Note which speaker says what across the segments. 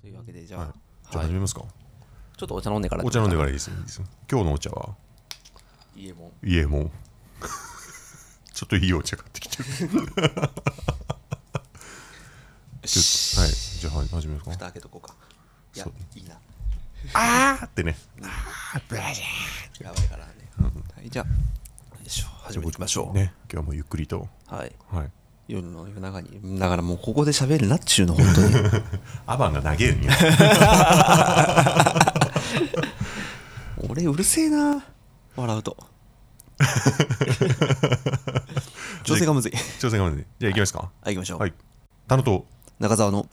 Speaker 1: というわけでじゃあ、
Speaker 2: はい。じゃ
Speaker 1: は
Speaker 2: あ
Speaker 1: い
Speaker 2: 始めますか。
Speaker 1: ちょっとお茶飲んでから
Speaker 2: お茶飲んでからいいですよ。いいですよ今日のお茶は
Speaker 1: 家も
Speaker 2: 家もう ちょっといいお茶買ってきてる。ちょっとはい。じゃあはい始めま
Speaker 1: 蓋
Speaker 2: すか。
Speaker 1: 開けとこうかいや
Speaker 2: そう
Speaker 1: いいな
Speaker 2: あーってね。
Speaker 1: やばいからね、はいじゃあよいしょ始めていきましょう、
Speaker 2: ね。今日はもうゆっくりと。
Speaker 1: はい
Speaker 2: はい。
Speaker 1: 夜の夜中にだからもうここで喋るなっちゅうの本当 にも
Speaker 2: アバンが投げる ね。
Speaker 1: う俺うるせえな笑う と女性がむずい
Speaker 2: 挑戦がまずい。じゃあ行きますか。
Speaker 1: はい行きましょう、
Speaker 2: はい。タノと
Speaker 1: 中澤の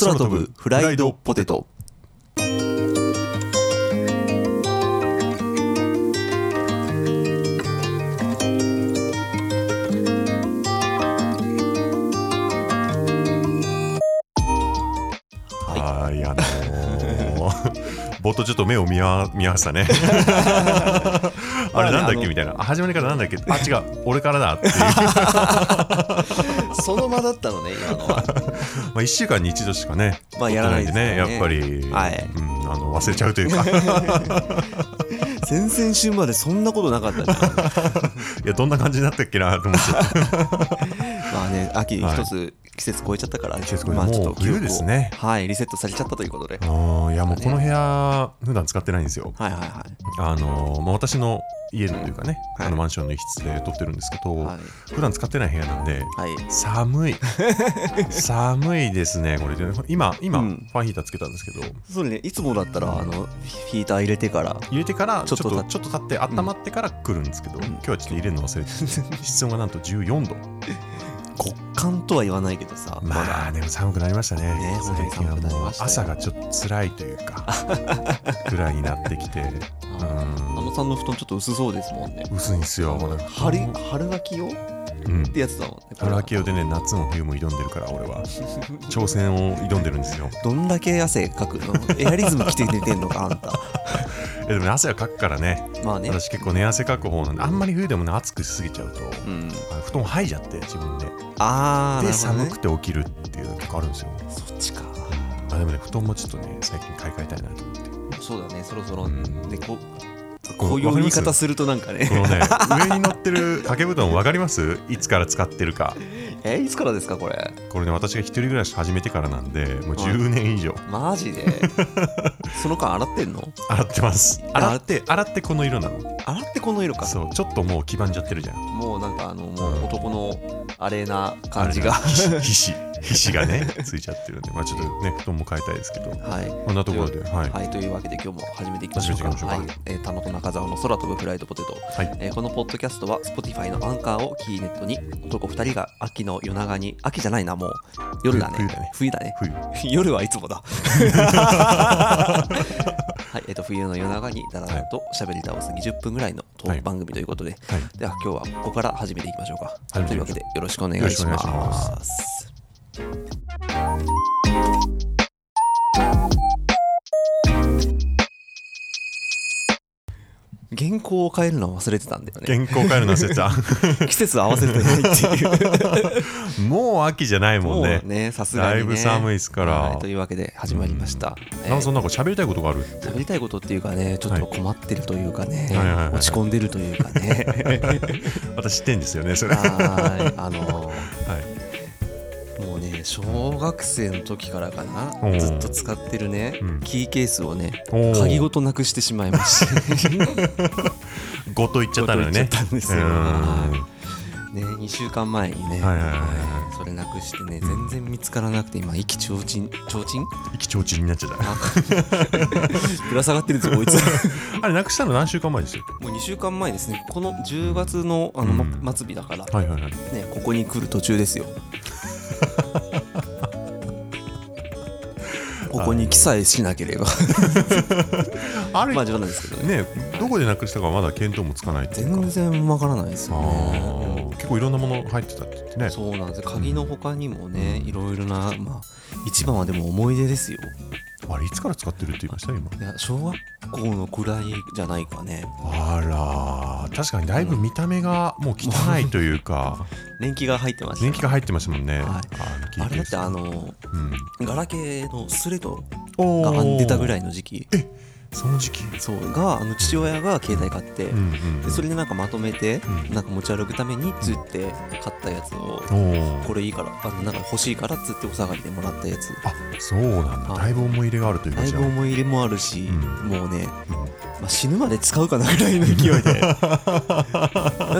Speaker 1: 空飛ぶフライドポテト
Speaker 2: はーい、あの ー、冒頭ちょっと目を見合見合わせた ね。あれなんだっけみたいな。あ始まりからなんだっけあ、違う、俺からだっていう。
Speaker 1: その間だったのね今のは
Speaker 2: まあ1週間に一度しかね、
Speaker 1: まあやらないですからね
Speaker 2: 撮ってないんでね、やっぱり、
Speaker 1: はい
Speaker 2: うん、あの忘れちゃうとい うか、い
Speaker 1: 先々週までそんなことなかったじゃん
Speaker 2: や、どんな感じになったっけなと思って、
Speaker 1: まあね、秋
Speaker 2: はい
Speaker 1: 一つ季節超えちゃったから、
Speaker 2: 節超え
Speaker 1: まあちょっ
Speaker 2: もう
Speaker 1: と記憶を
Speaker 2: 冬ですね
Speaker 1: はい、リセットされちゃったということで。
Speaker 2: あーいや、もうこの部屋、普段使ってないんですよ。
Speaker 1: はいはいはい。
Speaker 2: あのーまあ、私の家というかね、
Speaker 1: はい
Speaker 2: あのマンションの一室で撮ってるんですけど、
Speaker 1: はい
Speaker 2: 普段使ってない部屋なんで、
Speaker 1: はい。
Speaker 2: 寒い寒いですねこれで今今、
Speaker 1: うん
Speaker 2: ファンヒーターつけたんですけど
Speaker 1: そうね、いつもだったら、あの、ヒーター入れてから、
Speaker 2: 入れてからち
Speaker 1: ちょ
Speaker 2: ょっ
Speaker 1: っと
Speaker 2: とちょ
Speaker 1: た
Speaker 2: っと経って温まってから来るんですけど、
Speaker 1: ん
Speaker 2: 今日はちょっと入れるの忘れてて室温がなんと14度
Speaker 1: 極寒とは言わないけどさ、ま
Speaker 2: まあ
Speaker 1: だ、
Speaker 2: でも寒くなりましたね
Speaker 1: ね本当
Speaker 2: 最
Speaker 1: に
Speaker 2: 近は
Speaker 1: 寒くなり
Speaker 2: もう
Speaker 1: ましたよ
Speaker 2: 朝がちょっと辛いという かぐらいになってきて
Speaker 1: あのさんの布団ちょっと薄そうですもんね
Speaker 2: う。ん薄いんですよこれ
Speaker 1: 春、春秋用っ
Speaker 2: うん
Speaker 1: てやつだもんね。これ
Speaker 2: 春秋用でね夏も冬も挑んでるから 俺は挑戦を挑んでるんですよ
Speaker 1: どんだけ汗かくの エアリズム着て寝てんのか、あんた。
Speaker 2: えでもね汗はかくからね
Speaker 1: まあね。
Speaker 2: 私結構寝汗かく方なんであんまり冬でもね暑くしすぎちゃうと、
Speaker 1: うん。
Speaker 2: あの布団を吐いちゃって自分で
Speaker 1: あー、な
Speaker 2: で、
Speaker 1: るほど
Speaker 2: 寒
Speaker 1: ね
Speaker 2: く。て起きるっていうの結構あるんですよ
Speaker 1: そっちか。
Speaker 2: あでもね布団もちょっとね最近買い替えたいなと思って
Speaker 1: そうだね、そろそろ
Speaker 2: うん。
Speaker 1: で、こう、
Speaker 2: こ
Speaker 1: こういう言い方
Speaker 2: す
Speaker 1: するとなんかね
Speaker 2: こ。のね上に乗ってる掛け布団分かりますいつから使ってるか
Speaker 1: えいつからですかこれ
Speaker 2: これね私が一人暮らし始めてからなんで
Speaker 1: は
Speaker 2: もう
Speaker 1: い
Speaker 2: 10年以上
Speaker 1: マジ でその間洗ってんの
Speaker 2: 洗ってます洗って洗ってこの色なの
Speaker 1: 洗ってこの色か
Speaker 2: そうちょっともう黄ばんじゃってるじゃん
Speaker 1: もうなんかあのも
Speaker 2: うん
Speaker 1: う男のあれな感じが
Speaker 2: あれが皮脂皮脂がねついちゃってるんでまあちょっとね布団も変えたいですけど
Speaker 1: はい
Speaker 2: こんなところではい
Speaker 1: はい、というわけで今日も始めていきましょうか。
Speaker 2: 始めていきましょうか
Speaker 1: はい、えー、田野と中澤の空飛ぶフライドポテト。
Speaker 2: はい
Speaker 1: えーこのポッドキャストは Spotify のアンカーをキーネットに男2人が秋の夜長に秋じゃないなもう夜だね
Speaker 2: 冬だね
Speaker 1: 冬だね
Speaker 2: 冬
Speaker 1: 夜はいつも だはいえっ、と冬の夜長にだらだらと喋り倒す20分ぐらいのトーク番組ということで、
Speaker 2: はい
Speaker 1: では今日はここから始めていきましょうか、
Speaker 2: 始め
Speaker 1: と
Speaker 2: て
Speaker 1: い
Speaker 2: い
Speaker 1: わ
Speaker 2: うきま
Speaker 1: け
Speaker 2: しょう
Speaker 1: でよろしくお願
Speaker 2: よ
Speaker 1: い
Speaker 2: ろし
Speaker 1: し
Speaker 2: くお願いし
Speaker 1: ま
Speaker 2: ます
Speaker 1: 原稿を変えるのを忘れてたんだよね
Speaker 2: 原稿変えるの説は
Speaker 1: 季節合わせてないっていう
Speaker 2: もう秋じゃないもんね
Speaker 1: もうねさすがに、ね、
Speaker 2: だいぶ寒いですから、
Speaker 1: はいというわけで始まりました、えー
Speaker 2: ナオさんなんか喋りたいことがあるっ て
Speaker 1: 喋りたいことっていうかねちょっと困ってるというかね、
Speaker 2: はいはいはいはい
Speaker 1: 落ち込んでるというか ね
Speaker 2: 私知ってんですよねそれはい
Speaker 1: はいあのもうね小学生の時からか
Speaker 2: おう
Speaker 1: なずっと使ってるね、
Speaker 2: うん
Speaker 1: キーケースをね
Speaker 2: おー
Speaker 1: 鍵ごとなくしてしまいまして
Speaker 2: ごと言っちゃったのよね
Speaker 1: ごと言っちゃったんですよ
Speaker 2: うーん
Speaker 1: ね2週間前にね、
Speaker 2: はいはいはいはい
Speaker 1: それなくしてね全然見つからなくて今意気提灯提灯
Speaker 2: 意気提灯になっちゃった
Speaker 1: ぶら下がってるん ですよこいつ
Speaker 2: あれなくしたの何週間前ですよ
Speaker 1: もう2週間前ですねこの10月のあの、
Speaker 2: うん
Speaker 1: ま末日だから、
Speaker 2: はいはいはい
Speaker 1: ね、ここに来る途中 ですよここに記載しなければ
Speaker 2: あれ、
Speaker 1: まあ冗談ですけどね
Speaker 2: ねどこでなくしたかはまだ見当もつかないっていうか
Speaker 1: 全然わからないですよ
Speaker 2: あ
Speaker 1: ね
Speaker 2: ー結構いろんなもの入ってたって言ってね
Speaker 1: そうなんです鍵の他にもねいろいろなまあ一番はでも思い出ですよ
Speaker 2: あれいつから使ってるって言いました今
Speaker 1: いや小学校のくらいじゃないかね
Speaker 2: あら確かにだいぶ見た目がもう汚いという か
Speaker 1: 年季が入ってました
Speaker 2: 年季が入ってましたもんね、
Speaker 1: はい
Speaker 2: あのキー
Speaker 1: あ
Speaker 2: ケ
Speaker 1: れだっ
Speaker 2: ー
Speaker 1: て
Speaker 2: ス
Speaker 1: あの
Speaker 2: うん
Speaker 1: ガラケーのスレと
Speaker 2: お
Speaker 1: が
Speaker 2: ー
Speaker 1: 出たぐらいの時期
Speaker 2: その時期
Speaker 1: そうがあの父親が携帯買って、
Speaker 2: うんうん
Speaker 1: でそれでなんかまとめて、
Speaker 2: うん
Speaker 1: なんか持ち歩くためにっつって買ったやつを、
Speaker 2: おー
Speaker 1: これいいからあのなんか欲しいからっつってお下がりでもらったやつ
Speaker 2: あそうなんだ
Speaker 1: はい
Speaker 2: だいぶ思い入れがあるという
Speaker 1: だ
Speaker 2: か
Speaker 1: い
Speaker 2: じゃ
Speaker 1: ぶ
Speaker 2: あ
Speaker 1: 思い入れもあるし、
Speaker 2: ん
Speaker 1: もうね、まあ、死ぬまで使うかなぐらいの勢い でなん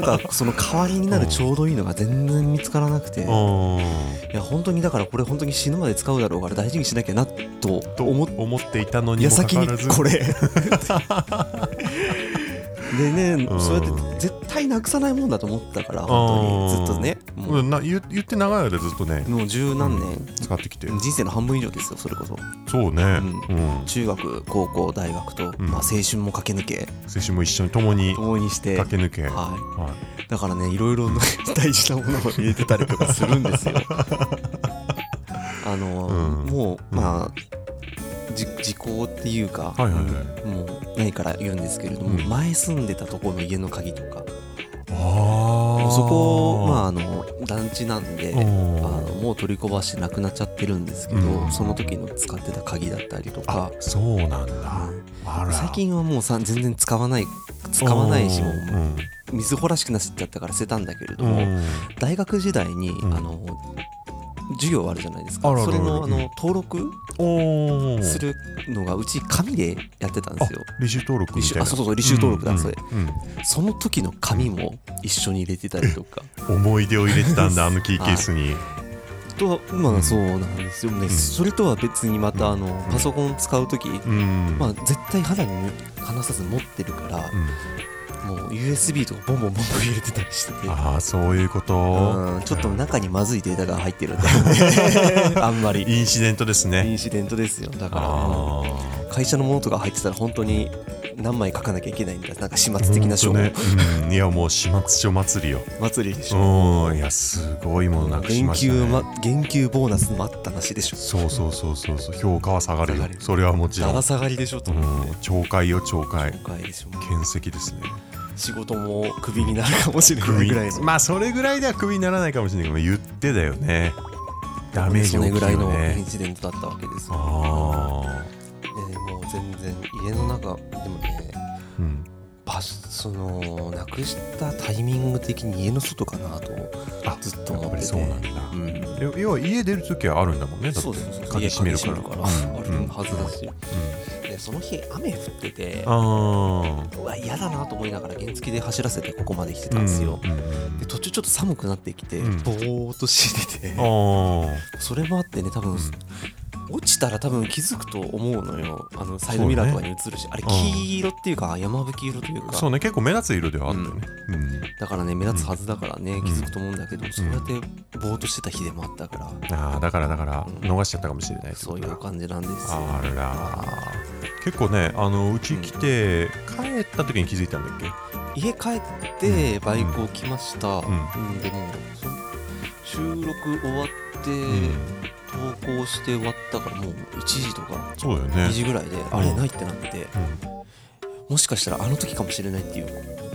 Speaker 1: かその代わりになるちょうどいいのが全然見つからなくて、い
Speaker 2: お
Speaker 1: や本当にだからこれ本当に死ぬまで使うだろうから大事にしなきゃなと
Speaker 2: と
Speaker 1: 思
Speaker 2: 思
Speaker 1: っ
Speaker 2: っていたのに
Speaker 1: 矢
Speaker 2: もか
Speaker 1: 先
Speaker 2: かわ
Speaker 1: に
Speaker 2: らず
Speaker 1: こ れでね、
Speaker 2: うん
Speaker 1: そうやって絶対なくさないもんだと思ったから
Speaker 2: あ
Speaker 1: 本当
Speaker 2: ー
Speaker 1: にずっとねも
Speaker 2: う
Speaker 1: うん
Speaker 2: な言言って長い間ずっとね
Speaker 1: もう十何年、
Speaker 2: 使ってきて
Speaker 1: 人生の半分以上ですよそれこそ
Speaker 2: そうね
Speaker 1: う
Speaker 2: うん
Speaker 1: 中学高校大学と、
Speaker 2: うん
Speaker 1: まあ、青春も駆け抜け
Speaker 2: 青春も一緒に共に
Speaker 1: 共にして
Speaker 2: 駆け抜けは
Speaker 1: はいい、だからね いろいろな大事なものを入れてたりとかするんですよ。あの、
Speaker 2: うん
Speaker 1: もう
Speaker 2: うん
Speaker 1: まあじ時効っていうか、
Speaker 2: はいはいはい
Speaker 1: もうないから言うんですけれども、
Speaker 2: うん
Speaker 1: 前住んでたところの家の鍵とか
Speaker 2: ああ
Speaker 1: そこまああの団地なんで。あの
Speaker 2: あ
Speaker 1: もう取りこぼしてなくなっちゃってるんですけど、
Speaker 2: うん
Speaker 1: その時の使ってた鍵だったりと
Speaker 2: あ
Speaker 1: か
Speaker 2: そうなんだ
Speaker 1: うん
Speaker 2: あら
Speaker 1: 最近はもうさ全然使わない使わないしもうみずほらしくなっちゃったから捨てたんだけれど
Speaker 2: うん
Speaker 1: も、
Speaker 2: うん
Speaker 1: 大学時代に、
Speaker 2: ん
Speaker 1: あの授業あるじゃないですか
Speaker 2: あらら
Speaker 1: そ
Speaker 2: ら
Speaker 1: れのあ
Speaker 2: う
Speaker 1: の
Speaker 2: ん
Speaker 1: 登録
Speaker 2: おー
Speaker 1: するのがうち紙でやってたんで
Speaker 2: あ
Speaker 1: すよ
Speaker 2: 履修登録みたいな
Speaker 1: 履修あそうそうそう履修登録だ
Speaker 2: うん
Speaker 1: それ
Speaker 2: うん
Speaker 1: その時の紙も一緒に入れてたりとか
Speaker 2: うん思い出を入れてたんだあのキーケース に
Speaker 1: とまあそうなんですよね、それとは別にまたあのパソコン使う時、
Speaker 2: うん
Speaker 1: まあ、絶対肌に離さず持ってるから、
Speaker 2: うん
Speaker 1: もう USB とかボンボンボンボン入れてたりしてて
Speaker 2: ああそういうこと
Speaker 1: うんちょっと中にまずいデータが入ってるんだよ ねあんまり
Speaker 2: インシデントです
Speaker 1: イ
Speaker 2: ね
Speaker 1: ンシデントですよだからうん
Speaker 2: ああ
Speaker 1: 会社のものとか入ってたら本当に何枚書かなきゃいけないんだなんか始末的な書、
Speaker 2: ほんとね、うん、いやもう始末書祭りよ
Speaker 1: 祭りでしょ
Speaker 2: うんいやすごいものなくし
Speaker 1: 減
Speaker 2: ました、ね、
Speaker 1: 給、ま、減給ボーナス待ったなしでしょ
Speaker 2: そうそうそうそうそう評価は下がるよ
Speaker 1: 下がる
Speaker 2: それはもちろ
Speaker 1: だ
Speaker 2: ん、うん
Speaker 1: ら、下がりでしょと思って
Speaker 2: 懲戒よ懲戒
Speaker 1: 今回でしょ
Speaker 2: 見石 ですね
Speaker 1: 仕事もクビになるかもしれない
Speaker 2: 首
Speaker 1: ぐらいの
Speaker 2: まあそれぐらいではクビにならないかもしれないけど言ってだよねダメージ
Speaker 1: そ
Speaker 2: 大き
Speaker 1: れ
Speaker 2: い
Speaker 1: ぐらい
Speaker 2: よ
Speaker 1: のイン
Speaker 2: ね
Speaker 1: シデントだったわけですよ
Speaker 2: あ
Speaker 1: でもう全然家の中でもね
Speaker 2: あうん
Speaker 1: パスそのなくしたタイミング的に家の外かなと
Speaker 2: あ
Speaker 1: ずっと
Speaker 2: や
Speaker 1: 思
Speaker 2: っ
Speaker 1: っ
Speaker 2: ぱ
Speaker 1: て
Speaker 2: り
Speaker 1: て
Speaker 2: そうなんだ、
Speaker 1: うん
Speaker 2: 要要は家出る時はあるんだもんねだって
Speaker 1: そうそうそう
Speaker 2: 鍵閉めるから
Speaker 1: 家鍵
Speaker 2: うん
Speaker 1: 閉めるからあるはずだし、
Speaker 2: うん
Speaker 1: でその日雨降ってて
Speaker 2: あ
Speaker 1: うわ嫌だなと思いながら原付で走らせてここまで来て
Speaker 2: あ
Speaker 1: たんですよ、
Speaker 2: うんうん
Speaker 1: で途中ちょっと寒くなってきて、
Speaker 2: うん
Speaker 1: ぼーっとしてて、
Speaker 2: ああ
Speaker 1: それもあってね多分、落ちたら多分気づくと思うのよあのサイドミラーとかに映るし、あれ
Speaker 2: うん
Speaker 1: 黄色っていうか山吹色というか
Speaker 2: そうね結構目立つ色ではあったよね、うん
Speaker 1: だからね目立つはずだからね、
Speaker 2: ん
Speaker 1: 気づくと思うんだけど、そうやってぼーっとしてた日でもあったから、
Speaker 2: ああだからだから
Speaker 1: うん
Speaker 2: 逃しちゃったかもしれないって
Speaker 1: そ
Speaker 2: こ
Speaker 1: う
Speaker 2: と
Speaker 1: い
Speaker 2: だ
Speaker 1: う感じなんですよ
Speaker 2: あら結構ねあのうち来て、帰った時に気づいたんだっけ
Speaker 1: 家帰ってバイクを来ました、
Speaker 2: ん
Speaker 1: うんでもそ収録終わって、
Speaker 2: うん
Speaker 1: 投稿して終わったからもう1時とか
Speaker 2: そうだよ
Speaker 1: 2
Speaker 2: ね
Speaker 1: 時ぐらいであれないってなってもしかしたらあの時かもしれないっていう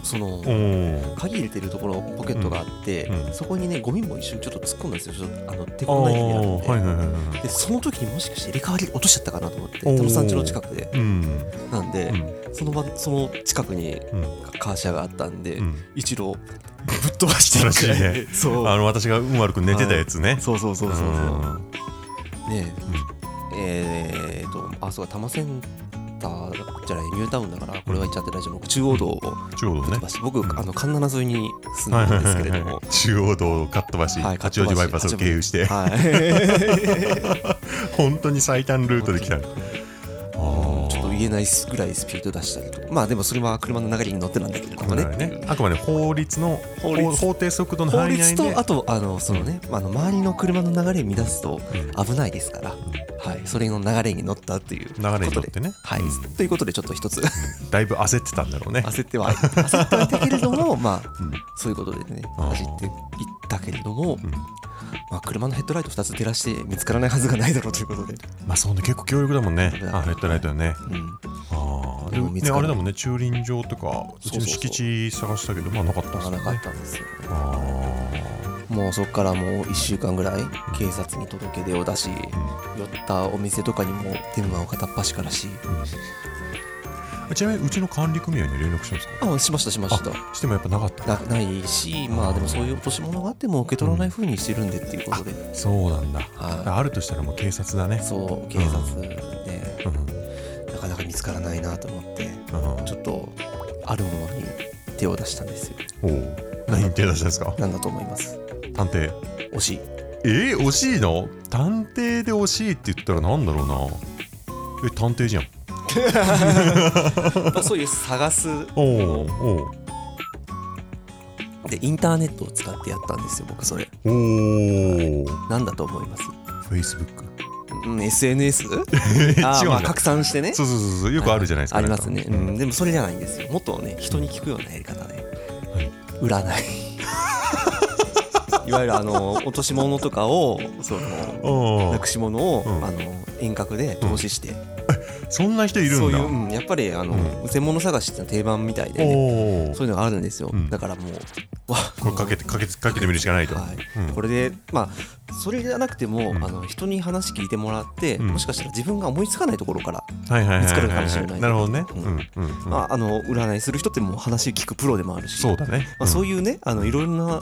Speaker 1: その
Speaker 2: うんおー
Speaker 1: 鍵入れてるところポケットがあって、
Speaker 2: うんうん
Speaker 1: そこにねゴミも一緒にちょっと突っ込んだんですよちょっとあの手
Speaker 2: あー
Speaker 1: こないになって、
Speaker 2: はいはいはいはい
Speaker 1: でその時にもしかして入れ替わり落としちゃったかなと思って
Speaker 2: おー
Speaker 1: 田野さん家の近くで
Speaker 2: うん
Speaker 1: なんで、その場その近くに
Speaker 2: うん
Speaker 1: カーシャがあったんで、
Speaker 2: うん
Speaker 1: 一郎ぶっ飛ばしてるくらい
Speaker 2: らしい
Speaker 1: そう
Speaker 2: うんあの私が運悪く寝てたやつね
Speaker 1: そうそうそうそうそう
Speaker 2: うん
Speaker 1: ねええー、とあそうか多摩センターじゃないニュータウンだからこれは言っちゃって大丈夫僕中央道を
Speaker 2: 中央道
Speaker 1: ぶっ
Speaker 2: ね
Speaker 1: 飛ばして、僕
Speaker 2: うん
Speaker 1: あの神奈川沿いに住
Speaker 2: は
Speaker 1: ん
Speaker 2: い
Speaker 1: で
Speaker 2: は
Speaker 1: る
Speaker 2: い
Speaker 1: んですけ
Speaker 2: は
Speaker 1: れど
Speaker 2: い
Speaker 1: も、
Speaker 2: はい 中央道をかっ飛ばし
Speaker 1: はい
Speaker 2: 八王子バイパスを経由して
Speaker 1: はい、
Speaker 2: 本当に最短ルートで来たあ
Speaker 1: ちょっと言えないぐらいスピード出したりとかまあでもそれは車の流れに乗ってなんだけれどもね
Speaker 2: あねあくまで法律の
Speaker 1: 法律
Speaker 2: 法法定速度の
Speaker 1: 法
Speaker 2: 範囲
Speaker 1: 律
Speaker 2: 内で
Speaker 1: とあとあのそのね、まああの周りの車の流れを乱すと危ないですから、はい、それの流れに乗ったという
Speaker 2: 流れに乗っ
Speaker 1: こと
Speaker 2: て
Speaker 1: で
Speaker 2: ね
Speaker 1: はい、
Speaker 2: うん
Speaker 1: ということでちょっと一つ
Speaker 2: だいぶ焦ってたんだろうね
Speaker 1: 焦っては焦ってはいたけれどもまあ
Speaker 2: うん
Speaker 1: そういうことでね
Speaker 2: あー
Speaker 1: 走っていったけれども、
Speaker 2: うん
Speaker 1: まあ、車のヘッドライト2つ照らして見つからないはずがないだろうということで、
Speaker 2: まあそうね結構強力だもんね
Speaker 1: うん
Speaker 2: あヘッドライトはね
Speaker 1: うん、
Speaker 2: ああで
Speaker 1: でも
Speaker 2: も
Speaker 1: 見
Speaker 2: ね
Speaker 1: つか
Speaker 2: あ
Speaker 1: ら
Speaker 2: れ
Speaker 1: ない
Speaker 2: だもんね駐輪場とかうちの敷地探したけどまあなかった
Speaker 1: な
Speaker 2: です
Speaker 1: か
Speaker 2: ね
Speaker 1: なかあったんですよね
Speaker 2: あ
Speaker 1: もうそっからもう1週間ぐらい警察に届け出を出し寄ったお店とかにも電話を片っ端からし
Speaker 2: ちなみにうちの管理組合に連絡したんですか
Speaker 1: あしましたしました
Speaker 2: あしてもやっぱなかった
Speaker 1: なないしまあでもそういう落とし物があっても受け取らない風にしてるんでっていうことで、
Speaker 2: そうなんだ、
Speaker 1: はい
Speaker 2: あるとしたらもう警察だね
Speaker 1: そう警察で
Speaker 2: うん
Speaker 1: なかなか見つからないなと思って
Speaker 2: うん
Speaker 1: ちょっとあるものに手を出したんですよ
Speaker 2: おう何に手出したんですか
Speaker 1: なんだと思います
Speaker 2: 探偵
Speaker 1: 惜しい
Speaker 2: えー、惜しいの探偵で惜しいって言ったらなんだろうなえ探偵じゃん
Speaker 1: まあそういう探す
Speaker 2: おおお
Speaker 1: でインターネットを使ってやったんですよ僕それ
Speaker 2: おお
Speaker 1: なんだと思います、
Speaker 2: フェイスブック
Speaker 1: うん、SNS? あ
Speaker 2: 違
Speaker 1: ー
Speaker 2: うん
Speaker 1: ま
Speaker 2: だ
Speaker 1: あ拡散してね
Speaker 2: そうそうそうそうよくあるじゃないですか、
Speaker 1: ありますね、
Speaker 2: な
Speaker 1: うん
Speaker 2: か
Speaker 1: ん、でもそれじゃないんですよもっとね人に聞くようなやり方で、
Speaker 2: い
Speaker 1: 占 いいわゆるあの落とし物とかをその
Speaker 2: お
Speaker 1: な
Speaker 2: ー
Speaker 1: くし物を、
Speaker 2: うん
Speaker 1: あの遠隔で投資して、
Speaker 2: そんな人いる
Speaker 1: そう
Speaker 2: ん
Speaker 1: い
Speaker 2: だ
Speaker 1: う、うん、やっぱりあの、
Speaker 2: う
Speaker 1: 専門の探しってのは定番みたいで、ね、
Speaker 2: おお
Speaker 1: そういうのがあるんですよ、
Speaker 2: うん
Speaker 1: だからもうわ
Speaker 2: これかけてかけてかけてみるしかないと、
Speaker 1: はい
Speaker 2: うん
Speaker 1: これでまあそれじゃなくても、
Speaker 2: うん
Speaker 1: あの人に話聞いてもらって、
Speaker 2: うん
Speaker 1: もしかしたら自分が思いつかないところから、
Speaker 2: はいはいはいはい
Speaker 1: 見つかるかもしれない
Speaker 2: なるほどね、う
Speaker 1: うんん
Speaker 2: うんうん
Speaker 1: まあ、あの占いする人ってもう話聞くプロでもあるし
Speaker 2: そうだね、
Speaker 1: まあ、そう
Speaker 2: い
Speaker 1: いうねあのいろんな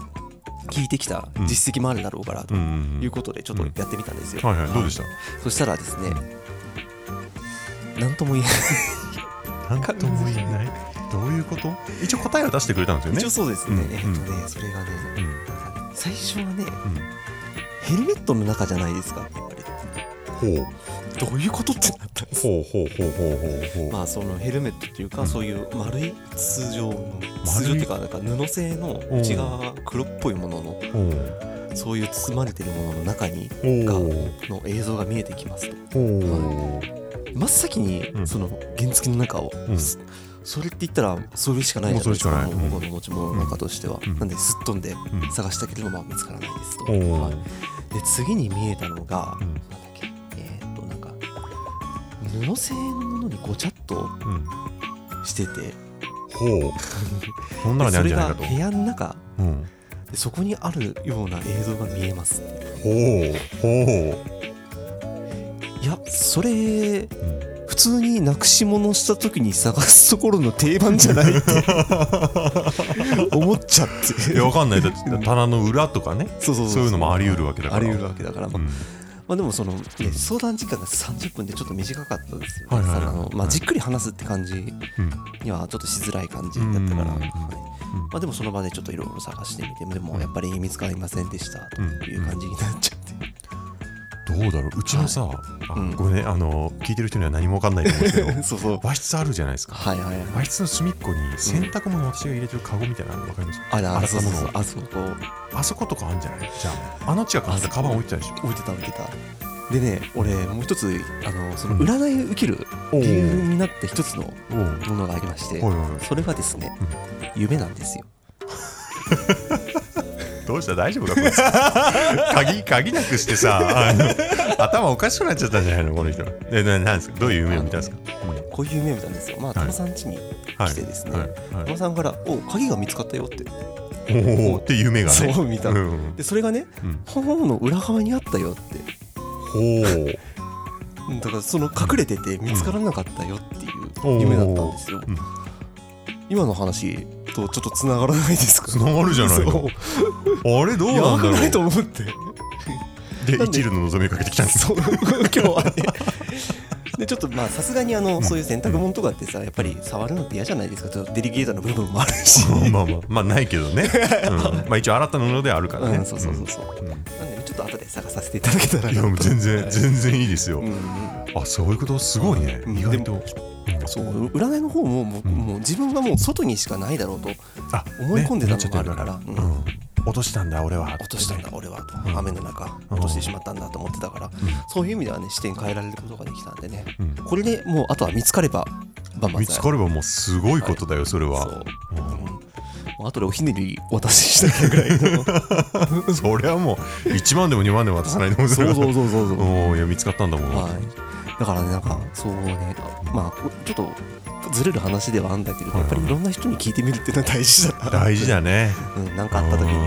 Speaker 1: 聞いてきた実績もあるだろうからと
Speaker 2: うん、うんうん
Speaker 1: いうことでちょっとやってみたんですよ、
Speaker 2: はいはいどうでした
Speaker 1: そしたらですね何とも言えない
Speaker 2: なんとも言えないどういうこと一応答えは出してくれたんですよね
Speaker 1: 一応そうですね、
Speaker 2: うん
Speaker 1: えっとねそれがね
Speaker 2: うん
Speaker 1: 最初はね
Speaker 2: うん
Speaker 1: ヘルメットの中じゃないですかって言われて
Speaker 2: ほう
Speaker 1: どういうことってなったんです
Speaker 2: ほうほうほうほうほうほう
Speaker 1: まあそのヘルメットっていうか、
Speaker 2: うん
Speaker 1: そういう丸い通常の通常っていうかなんか布製の
Speaker 2: おう
Speaker 1: 内側が黒っぽいものの
Speaker 2: ほう
Speaker 1: そういう包まれてるものの中に
Speaker 2: ほう
Speaker 1: の映像が見えてきますと
Speaker 2: ほう
Speaker 1: 真っ先に
Speaker 2: うん
Speaker 1: その原付の中を、
Speaker 2: うん
Speaker 1: すそれって言ったらそれしかないじゃないですか
Speaker 2: もうそれしかない
Speaker 1: もう僕の持ち物の中としては、
Speaker 2: うん
Speaker 1: なんですっ飛んで
Speaker 2: うん
Speaker 1: 探したけれどもまあ見つからないですと、
Speaker 2: おー
Speaker 1: はいで次に見えたのが、
Speaker 2: うん
Speaker 1: なんだっけえーっとなんか布製のものにごちゃっと
Speaker 2: うん
Speaker 1: してて
Speaker 2: ほうそんなのにあ
Speaker 1: それ
Speaker 2: るんじゃない
Speaker 1: が
Speaker 2: かと
Speaker 1: 部屋の中
Speaker 2: うん
Speaker 1: でそこにあるような映像が見えます
Speaker 2: ほうほう
Speaker 1: いやそれ
Speaker 2: うん
Speaker 1: 普通になくし物した時に探すところの定番じゃないって 思っちゃっ
Speaker 2: い
Speaker 1: て
Speaker 2: やわかんないだって棚の裏とかね
Speaker 1: そうそう
Speaker 2: そういうのもあり得るわけだから
Speaker 1: あり得るわけだから、まあ
Speaker 2: うん
Speaker 1: まあでもその、ね、相談時間が30分でちょっと短かったですよね、
Speaker 2: はいはいは
Speaker 1: そ
Speaker 2: い
Speaker 1: のまあ、じっくり話すって感じ
Speaker 2: うん
Speaker 1: にはちょっとしづらい感じだったから、
Speaker 2: うん
Speaker 1: はいまあ、でもその場でちょっといろいろ探してみてでもやっぱり見つかりませんでしたという感じになっちゃって、
Speaker 2: どうだろううちのさあ
Speaker 1: うん
Speaker 2: ごめんねあの聞いてる人には何もわかんないと思うんです けど
Speaker 1: そうそう
Speaker 2: 和室あるじゃないですか
Speaker 1: はいはいはい
Speaker 2: 和室の隅っこに洗濯物を私が入れてるカゴみたいなのわかります
Speaker 1: あら、
Speaker 2: 洗
Speaker 1: あ
Speaker 2: っ
Speaker 1: そ
Speaker 2: た
Speaker 1: うそ
Speaker 2: も
Speaker 1: うそ
Speaker 2: のを
Speaker 1: う、あそこ
Speaker 2: あそことかあんじゃないじゃああの近くあんたカバン置いてたでしょ
Speaker 1: 置いてた置いてた。でね、俺もう一つあのその
Speaker 2: うん
Speaker 1: 占いを受ける
Speaker 2: おう
Speaker 1: 理由になった一つの
Speaker 2: おう
Speaker 1: ものがありまして
Speaker 2: おい、おいおい
Speaker 1: それがですね、夢なんですよ。
Speaker 2: どうした大丈夫かこ いつ鍵鍵なくしてさあの頭おかしくなっちゃったんじゃないのこの人えななんですかどういう夢を見たんですか、
Speaker 1: こういう夢を見たんですよ。まあ、
Speaker 2: はい
Speaker 1: トモさん家に
Speaker 2: はい
Speaker 1: 来てですね、
Speaker 2: はい
Speaker 1: ト
Speaker 2: は
Speaker 1: モさんから、お鍵が見つかったよって、
Speaker 2: い、おおっていう夢がね
Speaker 1: そう見た
Speaker 2: うんうん
Speaker 1: でそれがね、
Speaker 2: うん
Speaker 1: 本の裏側にあったよって、うんだからその隠れてて見つからなかったよっていう夢だったんですよ。
Speaker 2: うん
Speaker 1: 今の話とちょっとつながらないですか
Speaker 2: つながるじゃないのあれどう
Speaker 1: や
Speaker 2: な
Speaker 1: ば
Speaker 2: んだ
Speaker 1: く
Speaker 2: ろ
Speaker 1: ないうと思って。
Speaker 2: で
Speaker 1: なんで
Speaker 2: 一縷の望みをかけてきたんです
Speaker 1: そう今日はねでちょっとまあさすがにあのそういう洗濯物とかってさやっぱり触るのって嫌じゃないですかちょっとデリケートな部分もあるし、
Speaker 2: まあまあまあないけど ね、うんまあ一応新たなものではあるからね、
Speaker 1: うんそうそうそうそう、
Speaker 2: うん
Speaker 1: なんでねちょっと後で探させていただけたら
Speaker 2: いや
Speaker 1: なと
Speaker 2: 全然
Speaker 1: はい
Speaker 2: 全然いいですよ、
Speaker 1: うんうん
Speaker 2: あそういうことすごいね、
Speaker 1: うん
Speaker 2: 意外と、うん
Speaker 1: そう占いの方ももう,、
Speaker 2: うん
Speaker 1: もう自分がもう外にしかないだろうと
Speaker 2: あ
Speaker 1: 思い込んでた
Speaker 2: ね
Speaker 1: のもあるから
Speaker 2: うん落としたんだ俺は
Speaker 1: 落としたんだ俺はと、
Speaker 2: うん
Speaker 1: 雨の中落としてしまったんだと思ってたから、そういう意味ではね視点変えられることができたんでね、
Speaker 2: うん
Speaker 1: これでもうあとは見つかれば万々
Speaker 2: 見つかればもうすごいことだよそれは、
Speaker 1: そう、うん、あとでおひねりお渡ししたいぐらいの
Speaker 2: それはもう1万でも2万でも渡さないと思う
Speaker 1: そうそう
Speaker 2: う
Speaker 1: そうそうそう
Speaker 2: おいや見つかったんだもん、
Speaker 1: はいだからねなんかそうねまあちょっとずれる話ではあるんだけどやっぱりいろんな人に聞いてみるっていうのは大事だな
Speaker 2: 大事だね
Speaker 1: うん、なんかあった時に
Speaker 2: うん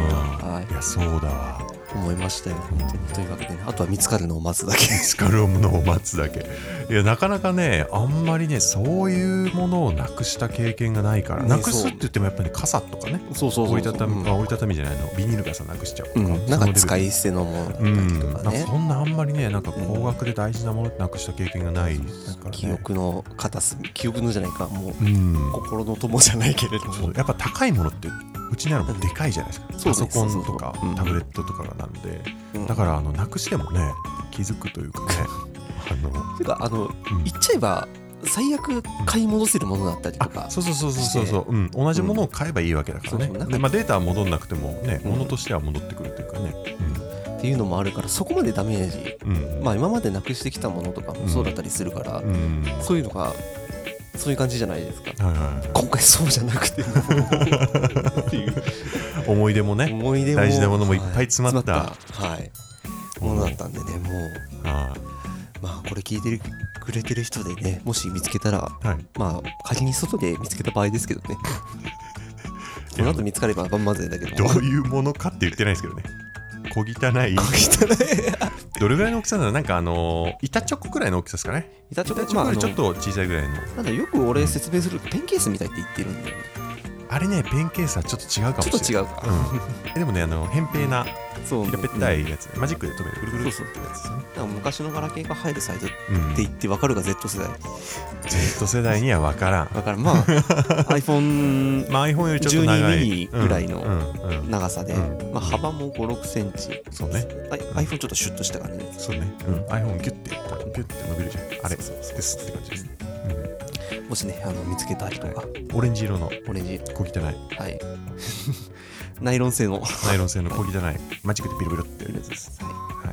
Speaker 1: はい
Speaker 2: いやそうだわ
Speaker 1: 思いましたよ本当にというわけでねあとは見つかるのを待つだけ
Speaker 2: スカルオムのを待つだけいやなかなかねあんまりねそういうものをなくした経験がないから、
Speaker 1: ね
Speaker 2: なくす
Speaker 1: そう
Speaker 2: って言ってもやっぱり、ね、傘とかね
Speaker 1: そうそうそうそう
Speaker 2: 折りたた
Speaker 1: う
Speaker 2: み
Speaker 1: ん
Speaker 2: あ折りたたみじゃないのビニール傘なくしちゃうと
Speaker 1: う
Speaker 2: か、
Speaker 1: ん、なんか使
Speaker 2: い
Speaker 1: い捨てのものだった
Speaker 2: う
Speaker 1: り
Speaker 2: ん、
Speaker 1: と
Speaker 2: なん
Speaker 1: か
Speaker 2: か
Speaker 1: ね、
Speaker 2: そんなあんまりねなんか
Speaker 1: うん
Speaker 2: 高額で大事なものってなくした経験がないですからね
Speaker 1: 記憶の片隅記憶のじゃないかもう
Speaker 2: うん
Speaker 1: 心の友じゃないけれども
Speaker 2: そうやっぱ高いものってうちにあるものでかいじゃないですか
Speaker 1: そう
Speaker 2: パ
Speaker 1: です
Speaker 2: ソコンとか
Speaker 1: そうそうそううん
Speaker 2: タブレットとかがなんで
Speaker 1: うん
Speaker 2: だからあのなくしてもね気づくというかねあの、
Speaker 1: てかあの
Speaker 2: うん
Speaker 1: 言っちゃえば最悪買い戻せるものだったりとか
Speaker 2: あ、そうそうそうそうそうそう、うん、同じものを買えばいいわけだから
Speaker 1: う
Speaker 2: ね、
Speaker 1: んそうそう
Speaker 2: でまあ、データは戻んなくてもね、
Speaker 1: うん
Speaker 2: 物としては戻ってくるというかね、
Speaker 1: っていうのもあるからそこまでダメージ
Speaker 2: うんうん
Speaker 1: まあ今までなくしてきたものとかもそうだったりするから、
Speaker 2: うんは
Speaker 1: そういうのがそういう感じじゃないですか
Speaker 2: いはいは
Speaker 1: 今回そうじゃなく てっていう
Speaker 2: い、 思い出もね、
Speaker 1: 思い出も
Speaker 2: 大事なものもいっぱい詰まった
Speaker 1: はい詰まったはいものだったんでねもう
Speaker 2: あ
Speaker 1: まあこれ聞いてるくれてる人でねもし見つけたら
Speaker 2: あはい、
Speaker 1: まあ仮に外で見つけた場合ですけど ねこの後見つかればまずいだけど
Speaker 2: ど
Speaker 1: も
Speaker 2: ういうものかって言ってないですけどね、小汚い、
Speaker 1: 小汚い
Speaker 2: どれぐらいの大きさなのなんかあのー板チョコくらいの大きさですかね、
Speaker 1: 板チョ
Speaker 2: 板
Speaker 1: コ
Speaker 2: チョ
Speaker 1: ま
Speaker 2: コ
Speaker 1: あ
Speaker 2: よ
Speaker 1: あ
Speaker 2: り
Speaker 1: の
Speaker 2: ちょっと小さいぐらいの、
Speaker 1: なんだよく俺説明するとペンケースみたいって言ってるんだよね
Speaker 2: あれね、ペンケースはちょっと違うか
Speaker 1: ち
Speaker 2: もし
Speaker 1: ょっと違
Speaker 2: れない。
Speaker 1: うか
Speaker 2: うん、でもね、あの扁平な、
Speaker 1: そう
Speaker 2: 平べったいやつ、マジックで止める、ぐるぐる
Speaker 1: そうそう
Speaker 2: ってやつですね。
Speaker 1: なんか昔のガラケーが入るサイズって
Speaker 2: うん
Speaker 1: 言って分かるが Z 世代
Speaker 2: Z 世代には分からん。
Speaker 1: だから まあ iPhone
Speaker 2: まあ、iPhone よりちょっと長い
Speaker 1: 12ミリぐらいの
Speaker 2: うんうんうん
Speaker 1: 長さで、
Speaker 2: うん
Speaker 1: まあ、幅も56センチ
Speaker 2: そうね
Speaker 1: あ iPhone ちょっとシュッとした感じです
Speaker 2: そうね、うん、iPhone ギュッてやったらギュッて伸びるじゃんあれ
Speaker 1: そうそうそう
Speaker 2: ですって感じです、
Speaker 1: もしねあの見つけた人が
Speaker 2: うん、オレンジ色の
Speaker 1: オレンジ
Speaker 2: 小汚い
Speaker 1: はい ナイロン製の、は
Speaker 2: ナイロン製の小汚いマジックでビロビロってやるやつです、は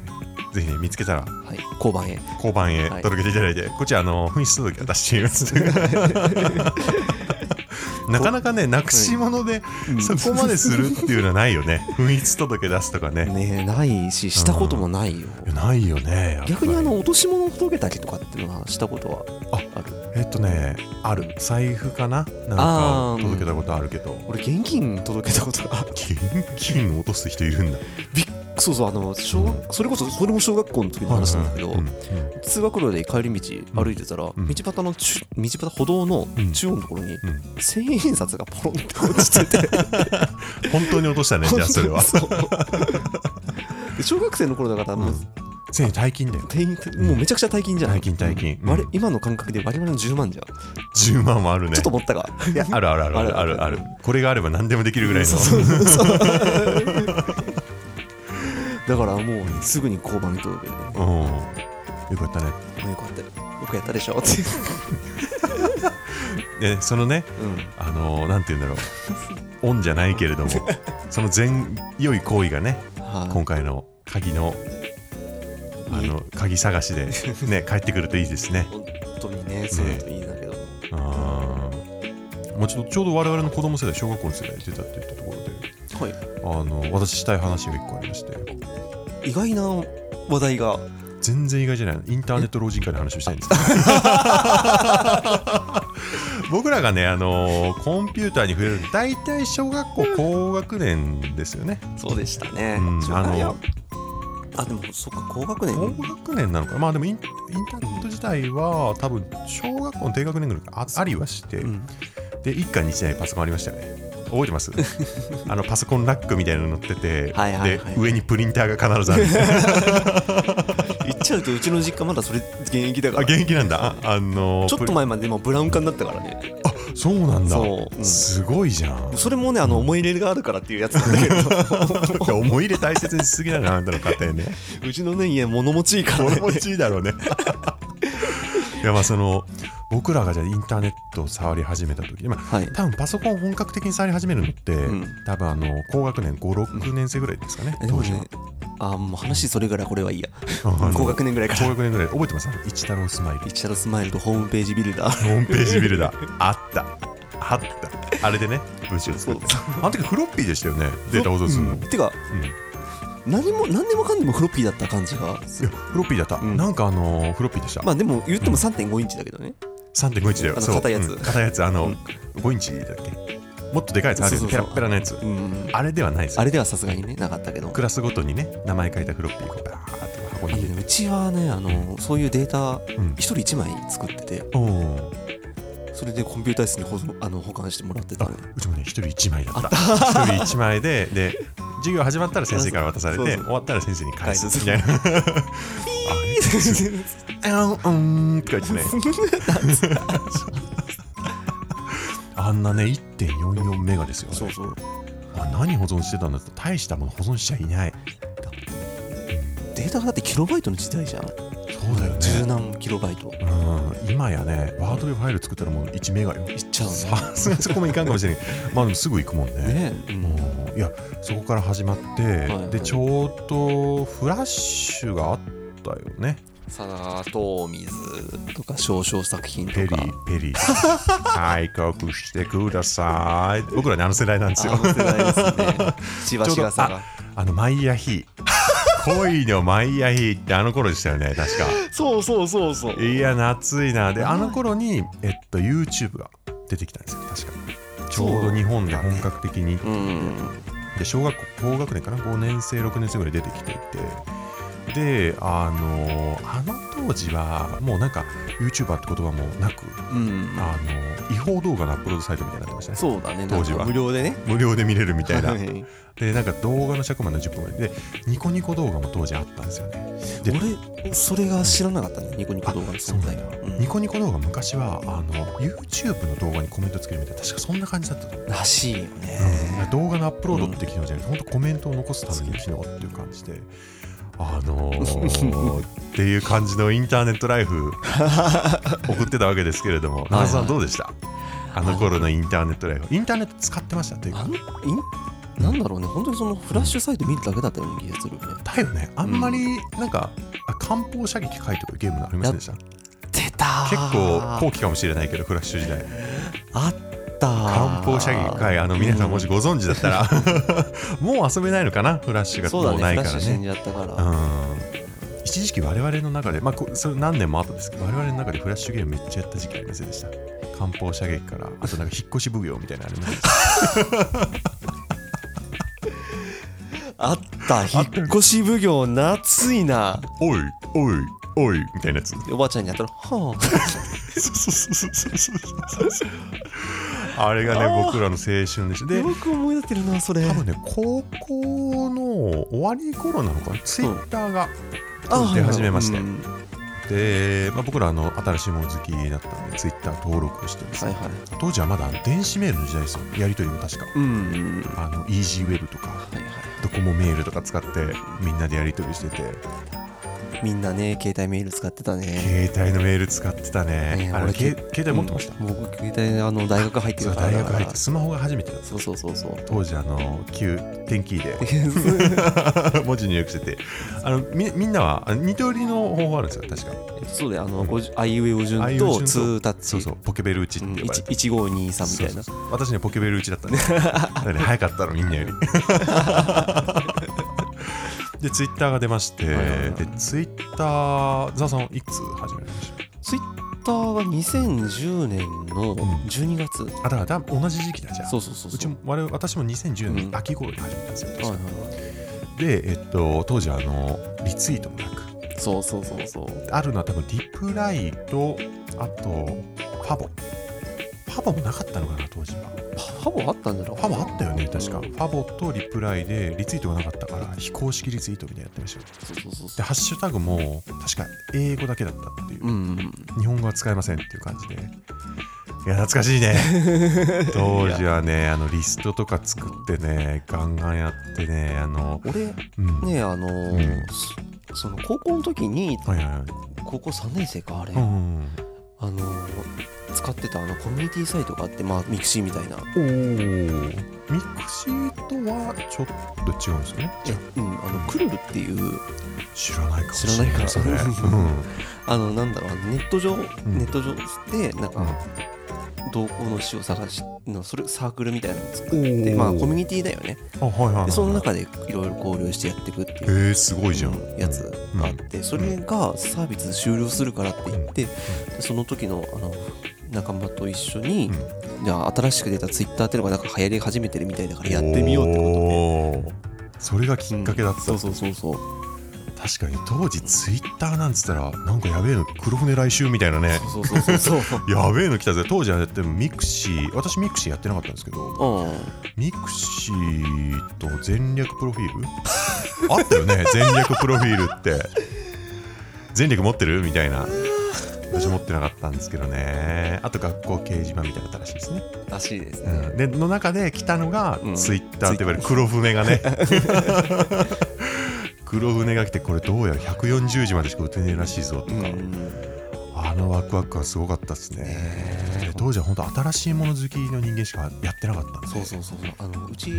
Speaker 2: い、ぜひね見つけたら
Speaker 1: いはい、交番へ
Speaker 2: 交番へ
Speaker 1: はい
Speaker 2: 届けていただいて、こっちはあの紛失届は出しています なかなかねなくし物で
Speaker 1: うん
Speaker 2: そこまでするっていうのはないよね 紛失届出すとかね
Speaker 1: ねえないししたこともないよ、
Speaker 2: いやないよねやっぱり
Speaker 1: 逆にあの落とし物を届けたりとかっていうのはしたことはある
Speaker 2: えっとねある財布かななんか
Speaker 1: あー
Speaker 2: を届けたことあるけど
Speaker 1: 俺現金届けたことが
Speaker 2: 現金落とす人いるんだ
Speaker 1: そうそうあの小学それこそそれも小学校の時の話なんだけど、
Speaker 2: うんうん
Speaker 1: 通学路で帰り道歩いてたら、
Speaker 2: ん
Speaker 1: 道端のちゅ道端歩道の
Speaker 2: うん
Speaker 1: 中央のところに
Speaker 2: うん
Speaker 1: 千円札がポロンって落ちて て
Speaker 2: 本当に落としたねじゃあそれ は
Speaker 1: そう で小学生の頃だからもう,、
Speaker 2: 全員大金だよ
Speaker 1: 店員もうめちゃくちゃ大金じゃん
Speaker 2: 大金大金うん
Speaker 1: 割れ今の感覚で割り割りの10万じゃん、
Speaker 2: 10万もあるね
Speaker 1: ちょっと持ったが
Speaker 2: いやあるあるあるあるあ
Speaker 1: あ
Speaker 2: る
Speaker 1: る
Speaker 2: あるこれがあれば何でもできるぐらい
Speaker 1: そ
Speaker 2: の
Speaker 1: うそうそうだからもうすぐに交番に届けて、ね
Speaker 2: うんよかったね
Speaker 1: もうよかったよよくやったでしょって、
Speaker 2: でそのね
Speaker 1: うん、
Speaker 2: あのーなんて言うんだろうオンじゃないけれ どもその善良い行為がね
Speaker 1: は
Speaker 2: 今回の鍵のあの鍵探しで ね帰ってくるといいですね
Speaker 1: い本当にねそういうといいんだけど、
Speaker 2: あーまあ、ちょっとちょうど我々の子供世代小学校の世代出たって言ったところで
Speaker 1: は
Speaker 2: あの私したい話が1個ありまして
Speaker 1: い意外な話題が
Speaker 2: 全然意外じゃないインターネット老人会の話をしたいんです 僕らがねあのコンピューターに触れるの大体小学校高学年ですよね、
Speaker 1: そうでしたね、
Speaker 2: うん
Speaker 1: ちょ
Speaker 2: あの
Speaker 1: いやあでもそっか高学年
Speaker 2: 高学年なのかなまあでもインインターネット自体は多分小学校の低学年ぐらいかあありはして、
Speaker 1: うん
Speaker 2: で一家に一台パソコンありましたよね覚えてます あのパソコンラックみたいなの乗ってて
Speaker 1: はいはいはい
Speaker 2: で上にプリンターが必ずある
Speaker 1: 言っちゃうとうちの実家まだそれ現役だ
Speaker 2: あ
Speaker 1: から
Speaker 2: 現役なんだああのー
Speaker 1: ちょっと前までもうブラウン管だったからね
Speaker 2: プリンそうなんだ
Speaker 1: そううん
Speaker 2: すごいじゃん
Speaker 1: それもねあの思い入れがあるからっていうやつなんだけど
Speaker 2: 思い入れ大切にしすぎなのあんたの家 庭ね
Speaker 1: うちのね家物持ちいいから
Speaker 2: 俺
Speaker 1: ね
Speaker 2: もちいいだろうね いやまあその僕らがじゃあインターネットを触り始めた時、まあ、
Speaker 1: はい
Speaker 2: 多分パソコンを本格的に触り始めるのって、
Speaker 1: ん
Speaker 2: 多分あの高学年56年生ぐらいですかね、
Speaker 1: えで
Speaker 2: 当
Speaker 1: も
Speaker 2: 時は
Speaker 1: ねあもう話それぐらいこれはいいや
Speaker 2: あの
Speaker 1: 高学年ぐらいか
Speaker 2: 高
Speaker 1: ら
Speaker 2: 学年ぐらい覚えてますあの一太郎スマイル
Speaker 1: 一太郎スマイルとホームページビルダー
Speaker 2: ホームページビルダー。あった。あった。あれでね、文章を作って。あの時フロッピーでしたよね、データ保存するの。
Speaker 1: てか何も何でもかんでもフロッピーだった感じが
Speaker 2: いやフロッピーだった、
Speaker 1: うん
Speaker 2: なんかあのーフロッピーでした、
Speaker 1: まあでも言っても3.5インチだけどね、
Speaker 2: 3.5インチだよ
Speaker 1: あの
Speaker 2: そう
Speaker 1: 硬いやつ
Speaker 2: うん硬いやつあの、
Speaker 1: うん
Speaker 2: 5インチだっけもっとでかいやつあるよ
Speaker 1: そうそうそう
Speaker 2: ペラッペラなやつ
Speaker 1: うん、
Speaker 2: あれではないです
Speaker 1: あれではさすがにねなかったけど
Speaker 2: クラスごとにね名前書いたフロッピーをバーって箱に
Speaker 1: あの
Speaker 2: 入れて、
Speaker 1: ねうちはねあのそういうデータ
Speaker 2: うん
Speaker 1: 一人1枚作ってて
Speaker 2: おー
Speaker 1: それでコンピューター室に保存あの保管してもらってた
Speaker 2: あ
Speaker 1: ね
Speaker 2: うちもね一人一枚だった一人一枚でで授業始まったら先生から渡され
Speaker 1: そう
Speaker 2: て
Speaker 1: そう
Speaker 2: 終わったら先生に返す
Speaker 1: 返す
Speaker 2: みたいな あれあうんうんとか言ってねあんなね1.44メガですよ、ね、
Speaker 1: そうそう
Speaker 2: あ何保存してたんだって大したもの保存しちゃいない
Speaker 1: データがだってキロバイトの時代じゃん
Speaker 2: そうだよ
Speaker 1: 十
Speaker 2: ね
Speaker 1: 何キロバイト
Speaker 2: うん、今やねワードでファイル作ったらもう1メガよ
Speaker 1: いっちゃうね
Speaker 2: さすがにそこもいかんかもしれないまあでもすぐ行くもんね
Speaker 1: ねえ、うん
Speaker 2: もういやそこから始まって、
Speaker 1: はい
Speaker 2: でちょうどフラッシュがあったよね
Speaker 1: 砂糖水とか少々作品と
Speaker 2: ペリ
Speaker 1: か
Speaker 2: ー ペリー開国してください僕らねあの世代なんですよ
Speaker 1: あの世代ですね千葉
Speaker 2: ちょ
Speaker 1: 志
Speaker 2: うど
Speaker 1: 賀さんが
Speaker 2: あのマイヤーヒー恋のマイヤーヒーってあの頃でしたよね確か
Speaker 1: そうそうそうそう
Speaker 2: いや懐いなであの頃にえっと YouTube が出てきたんですよ確かちょうど日本で本格的に
Speaker 1: うん
Speaker 2: で小学校高学年かな5年生6年生ぐらい出てきていてであのあの当時はもうなんか YouTuber って言葉もなく
Speaker 1: うん
Speaker 2: あの違法動画のアップロードサイトみたいになってましたね
Speaker 1: そうだね
Speaker 2: 当時は
Speaker 1: なんか無料でね
Speaker 2: 無料で見れるみたいな
Speaker 1: はい
Speaker 2: でなんか動画の尺まで10分ぐらいでニコニコ動画も当時あったんですよねで
Speaker 1: 俺それが知らなかったねニコニコ動画の存在
Speaker 2: あ
Speaker 1: が
Speaker 2: ニコニコ動画昔はあの YouTube の動画にコメントつけるみたいな確かそんな感じだったと思う
Speaker 1: らしいよ
Speaker 2: うん
Speaker 1: ね
Speaker 2: 動画のアップロードって機能じゃなくて、本当コメントを残すための機能っていう感じで。あ のーっていう感じのインターネットライフ送ってたわけですけれど
Speaker 1: い
Speaker 2: も、
Speaker 1: はい
Speaker 2: 中田さんどうでしたあの頃のインターネットライフインターネット使ってましたっていう
Speaker 1: あ
Speaker 2: か
Speaker 1: のいんなんだろうね本当にそのフラッシュサイト見るだけだったような気がするよね
Speaker 2: だよねあんまりなんか、あ漢方射撃書いてくるゲームのありませんでした結
Speaker 1: 出た
Speaker 2: 構後期かもしれないけどフラッシュ時代
Speaker 1: あった
Speaker 2: 漢方射撃会あの皆さんもしご存知だったら、 もう遊べないのかなフラッシュが
Speaker 1: そう
Speaker 2: も
Speaker 1: だ
Speaker 2: う
Speaker 1: ね
Speaker 2: ない
Speaker 1: フ
Speaker 2: か
Speaker 1: ラッ
Speaker 2: ら
Speaker 1: シュ
Speaker 2: ね
Speaker 1: 死んじゃったから
Speaker 2: うん一時期我々の中で、まあ、こそれ何年も後ですけど我々の中でフラッシュゲームめっちゃやった時期ありませんでした漢方射撃からあとなんか引っ越し奉行みたいなのありませんでした
Speaker 1: あった引っ越し奉行夏いな
Speaker 2: おいおいおいみたいなやつ
Speaker 1: おばあちゃんにやったら はあ
Speaker 2: あれが
Speaker 1: あ
Speaker 2: ね
Speaker 1: ー
Speaker 2: 僕らの青春でしたで
Speaker 1: よく思い出てるなそれ
Speaker 2: 多分ね高校の終わり頃なのかなツイッターが
Speaker 1: あ
Speaker 2: 出始めまして、
Speaker 1: はいはい
Speaker 2: で、まあ、僕らあの新しいもの好きだったんでツイッター登録をしてです
Speaker 1: は
Speaker 2: ね
Speaker 1: いはい
Speaker 2: 当時はまだあの電子メールの時代ですよやり取りも確か
Speaker 1: うんうんは
Speaker 2: あの EasyWeb とか
Speaker 1: いは
Speaker 2: ドコモメールとか使ってみんなでやり取りしてて
Speaker 1: いみんなね携帯メール使ってたね
Speaker 2: 携帯のメール使ってたね
Speaker 1: ね
Speaker 2: あれ
Speaker 1: 俺
Speaker 2: け携帯持ってました、
Speaker 1: うん僕携帯あの大学入って
Speaker 2: そ
Speaker 1: か
Speaker 2: う
Speaker 1: らだか
Speaker 2: 大
Speaker 1: ら
Speaker 2: 学入ってスマホが初めてだった
Speaker 1: そうそうそうそう
Speaker 2: 当時あの旧天 気で文字入力しててあのみみんなはあの二通りの方法あるんですよ確か
Speaker 1: そうだよあのごじあいうえお順
Speaker 2: あいうえお順
Speaker 1: と
Speaker 2: と
Speaker 1: 2タッチ
Speaker 2: そうそうポケベル打ちっ
Speaker 1: う
Speaker 2: て
Speaker 1: ん
Speaker 2: 呼ばれて、
Speaker 1: いち1523みたいな
Speaker 2: そうそうそう私ねポケベル打ちだった んでだからね早かったのみんなよりでツイッターが出まして、
Speaker 1: はいはいはい
Speaker 2: でツイッターザワさんいつ始めました
Speaker 1: ツイッターは2010年の12月、
Speaker 2: あだからだ同じ時期だじゃん
Speaker 1: そうそうそうそう
Speaker 2: ちも我々私も2010年
Speaker 1: うん
Speaker 2: 秋頃に始めたんですよ、確
Speaker 1: はい
Speaker 2: か
Speaker 1: はいはい
Speaker 2: で、えっと、当時あのリツイートもなく
Speaker 1: そうそうそうそう
Speaker 2: あるのは多分リプライとあとファボファボもなかったのかな当時は
Speaker 1: パボあったんじゃない
Speaker 2: ファボあったよね確か、
Speaker 1: うん
Speaker 2: ファボとリプライでリツイートがなかったから非公式リツイートみたいなのやってましたよ
Speaker 1: そうそうそう
Speaker 2: で
Speaker 1: そう
Speaker 2: ハッシュタグも確か英語だけだったっていう、
Speaker 1: うん
Speaker 2: 日本語は使えませんっていう感じでいや懐かしいね当時はねあのリストとか作ってねガンガンやってねあの
Speaker 1: 俺
Speaker 2: うん
Speaker 1: ねあのー
Speaker 2: うん
Speaker 1: そその高校の時に
Speaker 2: はいはいはい
Speaker 1: 高校3年生かあれ、
Speaker 2: うん
Speaker 1: あのー使ってたあのコミュニティサイトがあってまあミクシーみたいな
Speaker 2: おーミクシーとはちょっと違うんですよね
Speaker 1: えうんあのクルルっていう
Speaker 2: 知らないかもしれない
Speaker 1: 知らないか
Speaker 2: それ
Speaker 1: ら
Speaker 2: うん
Speaker 1: あのなんだろうあのネット上、
Speaker 2: ん
Speaker 1: ネット上でなんか、
Speaker 2: うん
Speaker 1: 投稿の詩を探しのそれサークルみたいなのを作っ
Speaker 2: お
Speaker 1: てまあコミュ
Speaker 2: ニ
Speaker 1: ニティだよね
Speaker 2: あはいはいはい、はい、
Speaker 1: でその中でいろいろ交流してやっていくっていう
Speaker 2: えー、すごいじゃん、
Speaker 1: うんやつがあってそれがサービス終了するからって言ってでその時のあの仲間と一緒にじゃあ新しく出たツイッターっていうのがなんか流行り始めてるみたいだからやってみようってことで
Speaker 2: とそれがきっかけだった、
Speaker 1: そうそうそうそう
Speaker 2: 確かに当時ツイッターなんつったらなんかやべえの黒船来週みたいなね
Speaker 1: そうそうそうそう そう
Speaker 2: やべえの来たぜ当時はやってもミクシー私ミクシーやってなかったんですけど
Speaker 1: うん
Speaker 2: ミクシーと全略プロフィ ールあったよね全略プロフィールって全略持ってるみたいな私持ってなかったんですけどねあと学校掲示板みたいなのあったらしいですね、
Speaker 1: らしいです
Speaker 2: う
Speaker 1: ね、
Speaker 2: ん、での中で来たのが
Speaker 1: うん
Speaker 2: ツイッターって言われる黒船が ね黒船が来てこれどうやら140時までしか打てねえらしいぞとか、
Speaker 1: うん
Speaker 2: あのワクワク感すごかったですね
Speaker 1: ねえ
Speaker 2: で当時は本当新しいもの好きの人間しかやってなかったんで
Speaker 1: そうそうそうそうあのうち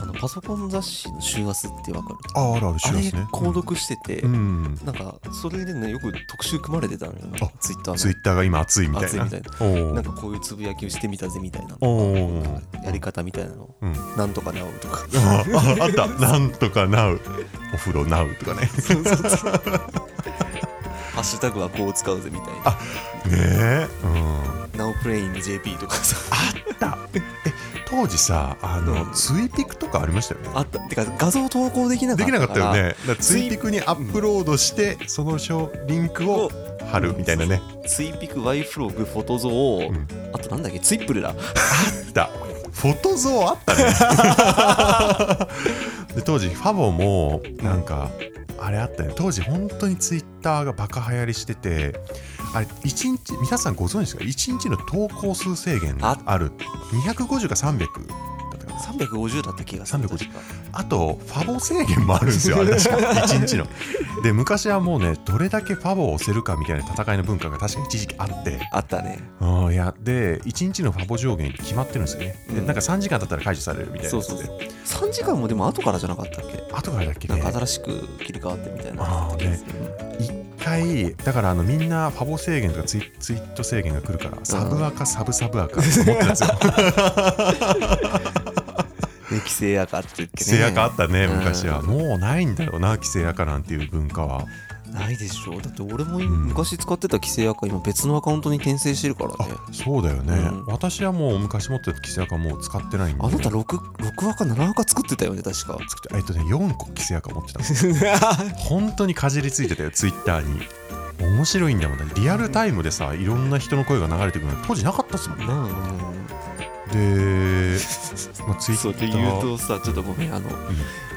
Speaker 1: あのパソコン雑誌の週末ってわかる
Speaker 2: ああるある知
Speaker 1: あ
Speaker 2: らん
Speaker 1: れ
Speaker 2: すね
Speaker 1: 購読してて、
Speaker 2: うん
Speaker 1: なんかそれでねよく特集組まれてたのよ
Speaker 2: あ
Speaker 1: ツイッターの
Speaker 2: ツイッターが今熱いみたいな
Speaker 1: 熱いみ
Speaker 2: おー
Speaker 1: なんかこういうつぶやきをしてみたぜみたいな
Speaker 2: おー
Speaker 1: なんかやり方みたいなの
Speaker 2: うん、
Speaker 1: なんとかなおと か
Speaker 2: あああ ったなんとかなうお風呂なうとかね
Speaker 1: そうそうそうハッシュタグはこう使うぜみたいな
Speaker 2: ねえ、うん、
Speaker 1: 「NowPlayingJP」とかさ
Speaker 2: 当時さあの、
Speaker 1: うん
Speaker 2: ツイピクとかありましたよね
Speaker 1: あったてか画像投稿できなか
Speaker 2: で
Speaker 1: っ
Speaker 2: き
Speaker 1: たら
Speaker 2: なかったよねだからツイピクにアップロードしてそのショリンクを貼るみたいなね
Speaker 1: ツイピク YFLOG フォトゾー、
Speaker 2: うん
Speaker 1: あとなんだっけツイップルだ
Speaker 2: だフォトゾあったね で当時ファボもなんかあれあったね当時本当にツイッターがバカ流行りしててあれ一日皆さんご存知ですか1日の投稿数制限
Speaker 1: あ
Speaker 2: ある250か300だったかな
Speaker 1: 350だった気がする
Speaker 2: 350
Speaker 1: 確か
Speaker 2: あとファボ制限もあるん ですよあれ確か一日ので昔はもうねどれだけファボを押せるかみたいな戦いの文化が確か一時期あって
Speaker 1: あったね
Speaker 2: うんいやで1日のファボ上限決まってるんですよね、で
Speaker 1: うん
Speaker 2: なんか3時間経ったら解除されるみたいな
Speaker 1: そうそうそう3時間もでも後からじゃなかったっけ
Speaker 2: あとからだっけ
Speaker 1: なん
Speaker 2: ね
Speaker 1: か新しく切り替わってみたいな
Speaker 2: あーね1回だからあのみんなファボ制限とかツイツイート制限が来るからサブアカサブサブアカって思ってたんです よ
Speaker 1: 規制やかって言って
Speaker 2: 規
Speaker 1: ね
Speaker 2: 制アカあったね
Speaker 1: うん
Speaker 2: 昔はもうないんだろうな規制アカなんていう文化は
Speaker 1: ないでしょだって俺も
Speaker 2: ん
Speaker 1: 昔使ってた規制やか今別のアカウントに転生してるからね
Speaker 2: あそうだよね、
Speaker 1: うん
Speaker 2: 私はもう昔持ってた規制アカもう使ってないんで
Speaker 1: あなた 6, 6アカ7アカ作ってたよね確か
Speaker 2: 作ってえっとね4個規制アカ持ってたの 本当にかじりついてたよツイッターに面白いんだもんねリアルタイムでさいろんな人の声が流れてくるの当時なかったっすもんね
Speaker 1: な
Speaker 2: で、 まあ、ツイ
Speaker 1: そ
Speaker 2: ッ
Speaker 1: う
Speaker 2: タ
Speaker 1: で
Speaker 2: ー
Speaker 1: 言うとさちょっとごめんあの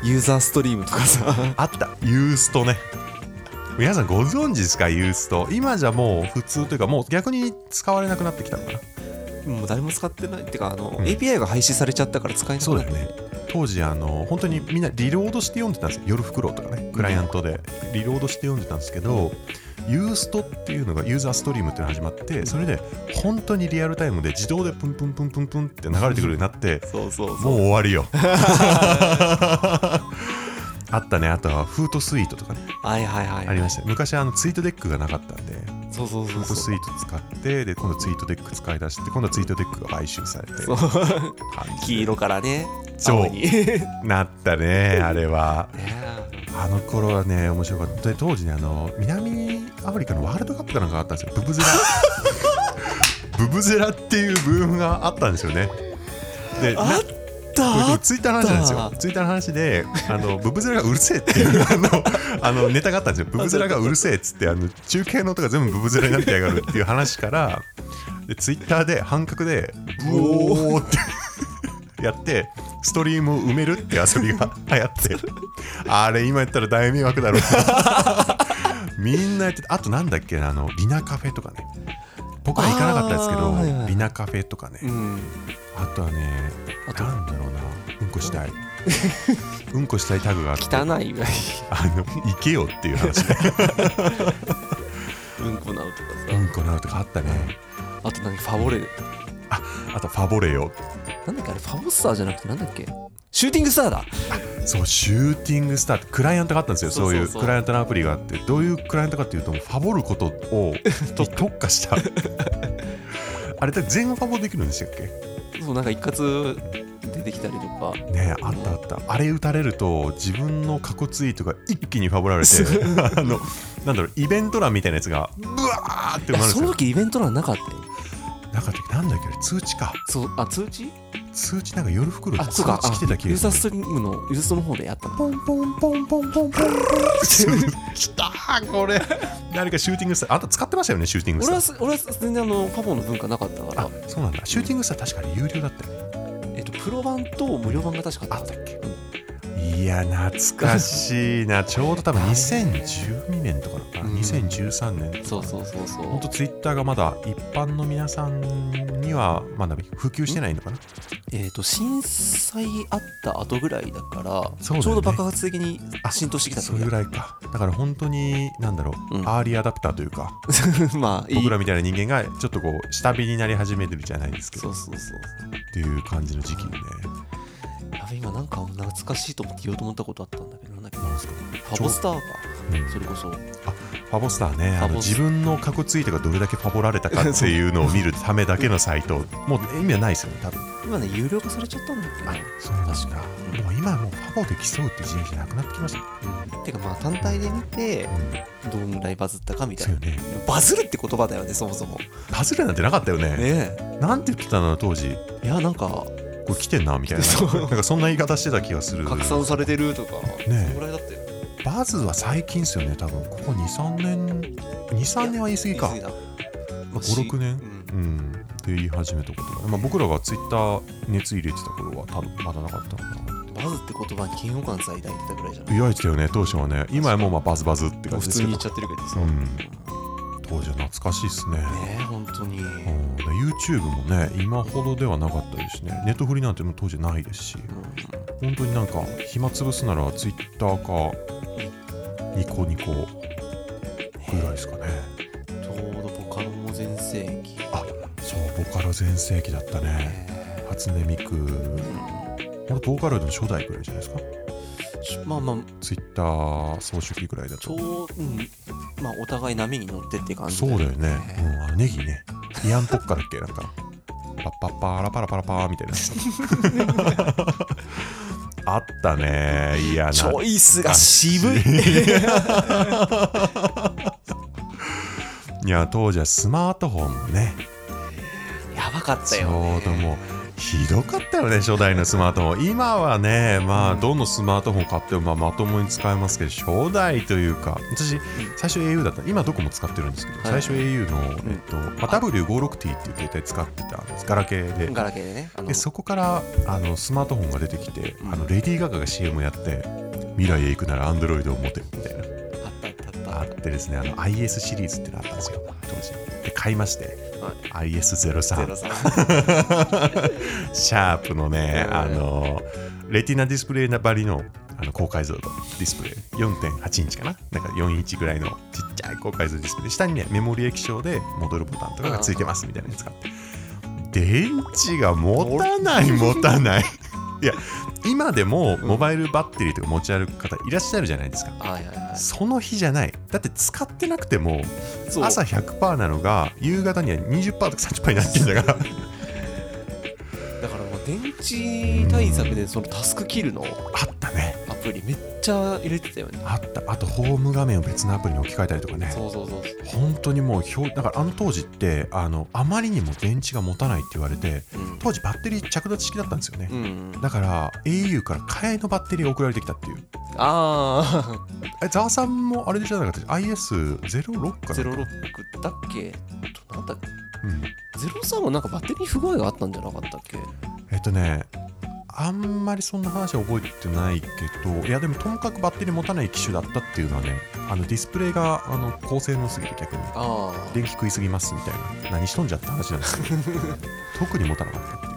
Speaker 1: ユーザーストリームとかさ
Speaker 2: あったユーストね皆さんご存知ですかユースト今じゃもう普通というかもう逆に使われなくなってきたのかな
Speaker 1: もう誰も使ってないってかあの、
Speaker 2: うん
Speaker 1: API が廃止されちゃったから使えなく
Speaker 2: そう
Speaker 1: な
Speaker 2: だ
Speaker 1: っ
Speaker 2: よね当時あの本当にみんなリロードして読んでたんですよ夜フクロウとかねクライアントでリロードして読んでたんですけど、ユーストっていうのがユーザーストリームっていうのが始まってそれで本当にリアルタイムで自動でプンプンプンプンプンって流れてくるようになって
Speaker 1: そうそう
Speaker 2: もう
Speaker 1: う
Speaker 2: 終わ りよあったねあとはフートスイートとかね
Speaker 1: はいはいはい
Speaker 2: ありました昔あのツイートデックがなかったんでフ
Speaker 1: そうそうそう
Speaker 2: ート
Speaker 1: そう
Speaker 2: スイート使ってで今度ツイートデック使い出して今度はツイートデックが買収されて
Speaker 1: そう
Speaker 2: 感じで
Speaker 1: 黄色からね
Speaker 2: そう
Speaker 1: 青にね
Speaker 2: なったねあれは
Speaker 1: え
Speaker 2: あの頃はね面白かったで当時ねあの南アフリカのワールドカップかなんかあったんですよブブゼラブブゼラっていうブームがあったんですよねでな
Speaker 1: あ
Speaker 2: こ
Speaker 1: った
Speaker 2: れツイッターの話なんです
Speaker 1: あっ
Speaker 2: よ
Speaker 1: た
Speaker 2: ツイッターの話であのブブゼラがうるせえっていうあのあのネタがあったんですよブブゼラがうるせえっつってあの中継の音が全部ブブゼラになってやがるっていう話からでツイッターで半角でブオーってやってストリームを埋めるって遊びが流行ってあれ今やったら大迷惑だろうみんなやってたあとなんだっけなあのリナカフェとかね僕は行かなかったですけど、
Speaker 1: あーはいはい
Speaker 2: リナカフェとかね、
Speaker 1: うん
Speaker 2: あとはね
Speaker 1: あと
Speaker 2: なんだろうなうんこしたいうんこしたいタグがあって
Speaker 1: 汚いぐらい
Speaker 2: あの行けよっていう話で
Speaker 1: うんこなうとか
Speaker 2: う
Speaker 1: さ
Speaker 2: んこなうとかあったね
Speaker 1: あと何ファボレ
Speaker 2: あとファボレよ
Speaker 1: なんだっけあれファボスターじゃなくてなんだっけシューティングスターだ
Speaker 2: そうシューティングスターってクライアントがあったんですよ
Speaker 1: そ
Speaker 2: そうう
Speaker 1: そ
Speaker 2: いう
Speaker 1: そう
Speaker 2: うクライアントのアプリがあってどういうクライアントかっていうとファボることをに特化したあれって全ファボできるんでしたっけ
Speaker 1: そうなんか一括出てきたりとか
Speaker 2: ねあったあったあれ打たれると自分の過去ツイートが一気にファボられてあのなんだろうイベント欄みたいなやつがブワーって
Speaker 1: い
Speaker 2: な
Speaker 1: や
Speaker 2: るんで
Speaker 1: そ
Speaker 2: す
Speaker 1: の
Speaker 2: よ
Speaker 1: 時イベント欄なかったよ
Speaker 2: なんかなんだっけあれ通知か
Speaker 1: そうあ通知
Speaker 2: 通知なんか夜袋で
Speaker 1: あ
Speaker 2: 通
Speaker 1: そうかあ
Speaker 2: 知来てた気
Speaker 1: ユ
Speaker 2: が
Speaker 1: ー
Speaker 2: す
Speaker 1: ザー
Speaker 2: る
Speaker 1: ストリームのユーザーストの方でやったポンポンポンポンポンポンポン
Speaker 2: 来たーこれ誰かシューティングスターあんた使ってましたよねシューティング
Speaker 1: 俺
Speaker 2: スタ
Speaker 1: は
Speaker 2: ー
Speaker 1: す俺はす全然あのファボの文化なかったから
Speaker 2: あそうなんだシューティングスター確かに有料だったよね
Speaker 1: えっとプロ版と無料版が確かあったっけ
Speaker 2: いや懐かしいなちょうど多分2012年とかだったかな
Speaker 1: うん
Speaker 2: 2013年
Speaker 1: そうそうそうそう
Speaker 2: 本当ツイッターがまだ一般の皆さんにはまだ普及してないのかな
Speaker 1: えー、と震災あった後ぐらいだから
Speaker 2: そうだよね
Speaker 1: ちょうど爆発的に浸透してきた
Speaker 2: それぐ
Speaker 1: い
Speaker 2: らいかだから本当になんだろう、
Speaker 1: うん
Speaker 2: アーリーアダプターというか
Speaker 1: まあいい
Speaker 2: 僕らみたいな人間がちょっとこう下火になり始めてるじゃないですけ
Speaker 1: そ
Speaker 2: ど
Speaker 1: うそうそう
Speaker 2: っていう感じの時期にね
Speaker 1: やべ今なんか懐かしいと思って言おうと思ったことあったんだけどなんだっけど
Speaker 2: なんですか
Speaker 1: ファボスターか
Speaker 2: うん
Speaker 1: それこそい
Speaker 2: ファボスターねあ
Speaker 1: ファ
Speaker 2: の
Speaker 1: ボス
Speaker 2: 自分の過去ツイートがどれだけファボられたかっていうのを見るためだけのサイトもう意味はないですよね多分
Speaker 1: 今ね有料化されちゃったんだけど、
Speaker 2: そうなんだ
Speaker 1: 確か
Speaker 2: もう今はもうファボで競うって時代じゃなくなってきましたよ
Speaker 1: うん、てかまあ単体で見て
Speaker 2: ね、
Speaker 1: どんぐらいバズったかみ
Speaker 2: うん、
Speaker 1: た
Speaker 2: そう
Speaker 1: い
Speaker 2: よ
Speaker 1: な
Speaker 2: ね
Speaker 1: バズるって言葉だよねそもそも
Speaker 2: パズルなんてなかったよね
Speaker 1: ねえ
Speaker 2: なんて言ってたの当時
Speaker 1: いやなんか
Speaker 2: これ来てんなみたいな
Speaker 1: そう
Speaker 2: なんかそんな言い方してた気がする
Speaker 1: 拡散されてるとか、
Speaker 2: ね
Speaker 1: そんぐらいだったよ
Speaker 2: バズは最近ですよね多分ここ23年23年は言い過ぎか
Speaker 1: 言い過ぎだまあし
Speaker 2: 56年
Speaker 1: うん
Speaker 2: うんって言い始めたことが、まあ、僕らがツイッター熱入れてた頃は多分まだなかったのかな
Speaker 1: バズって言葉に嫌悪感さえ抱いてたぐらいじゃない
Speaker 2: 言われてたよね当初はね今はもうまあバズバズって
Speaker 1: も
Speaker 2: 感
Speaker 1: う
Speaker 2: じ
Speaker 1: 普
Speaker 2: です
Speaker 1: 通に
Speaker 2: けど
Speaker 1: 言っちゃってるけどさ、
Speaker 2: うん
Speaker 1: ね
Speaker 2: 当時は懐かしいですね
Speaker 1: え本当に、
Speaker 2: うん
Speaker 1: うん
Speaker 2: で YouTube もね今ほどではなかったですしねネットフリなんてもう当時ないですし本当になんか暇つぶすならツイッターかニコニコぐらいですかね
Speaker 1: ちょうどボカロも全盛期
Speaker 2: あそうボカロ全盛期だったね
Speaker 1: ね
Speaker 2: 初音ミクこれボーカロイドの初代ぐらいじゃないですか
Speaker 1: しまあまあ
Speaker 2: ツイッター総書記ぐらいだ
Speaker 1: ち
Speaker 2: と
Speaker 1: ょううんまあお互い波に乗ってって感じ
Speaker 2: そうだよね、うん、あのネギねイアンポッカだっけなんかパッパッパーラパラパラパーみたいな あったねいやな
Speaker 1: チョイスが渋い
Speaker 2: いや当時はスマートフォンもね
Speaker 1: やばかった
Speaker 2: ち
Speaker 1: よ
Speaker 2: ょ
Speaker 1: ね
Speaker 2: うどもうひどかったよね初代のスマートフォン今はねまあどのスマートフォン買ってもまあまともに使えますけど初代というか私最初 au だった今どこも使ってるんですけど最
Speaker 1: はい
Speaker 2: 初 au の
Speaker 1: ん
Speaker 2: えっとまあ W56T っていう携帯使ってたんですガラケーで
Speaker 1: ガラケーでねあの
Speaker 2: でそこからあのスマートフォンが出てきて
Speaker 1: うん
Speaker 2: あのレディー・ガガが CM やって未来へ行くならアンドロイドを持てみたい
Speaker 1: あ
Speaker 2: な
Speaker 1: ったあったあ
Speaker 2: あ
Speaker 1: っ
Speaker 2: ってですねあの IS シリーズってのあったんですよ当時で買いまして
Speaker 1: は
Speaker 2: IS03
Speaker 1: た
Speaker 2: シャープのね、
Speaker 1: うん
Speaker 2: あのレティナディスプレイなばりのあの高解像度ディスプレイ4.8インチかななんか4インチぐらいのちっちゃい高解像ディスプレイ下にねメモリ液晶で戻るボタンとかがついてますみたいなの使って電池が持たない持たない いや今でもモバイルバッテリーとか持ち歩く方いらっしゃるじゃないですか
Speaker 1: はいはいは
Speaker 2: その日じゃないだって使ってなくても
Speaker 1: いそう
Speaker 2: 朝100%なのが夕方には20%とか30%になってんだから
Speaker 1: だからもう電池対策でそのタスクキルの
Speaker 2: あったね
Speaker 1: アプリめっちゃ入れてたよね
Speaker 2: あったあとホーム画面を別のアプリに置き換えたりとかね
Speaker 1: そうそうそう
Speaker 2: 本当にもう表だからあの当時ってあのあまりにも電池が持たないって言われて
Speaker 1: うん
Speaker 2: 当時バッテリー着脱式だったんですよね、
Speaker 1: うん
Speaker 2: だから au から替えのバッテリーが送られてきたっていう
Speaker 1: あ
Speaker 2: えざわさんもあれでじゃなかった IS06
Speaker 1: あ
Speaker 2: かな、
Speaker 1: 06だっけなんだっけ
Speaker 2: うん、
Speaker 1: 03はなんかバッテリー不具合があったんじゃなかったっけ
Speaker 2: えっとねあんまりそんな話は覚えてないけどいやでもともかくバッテリー持たない機種だったっていうのはねあのディスプレイがあの高性能すぎて逆に
Speaker 1: ああ
Speaker 2: 電気食いすぎますみたいな何しとんじゃって話なんですけど特に持たなかったっ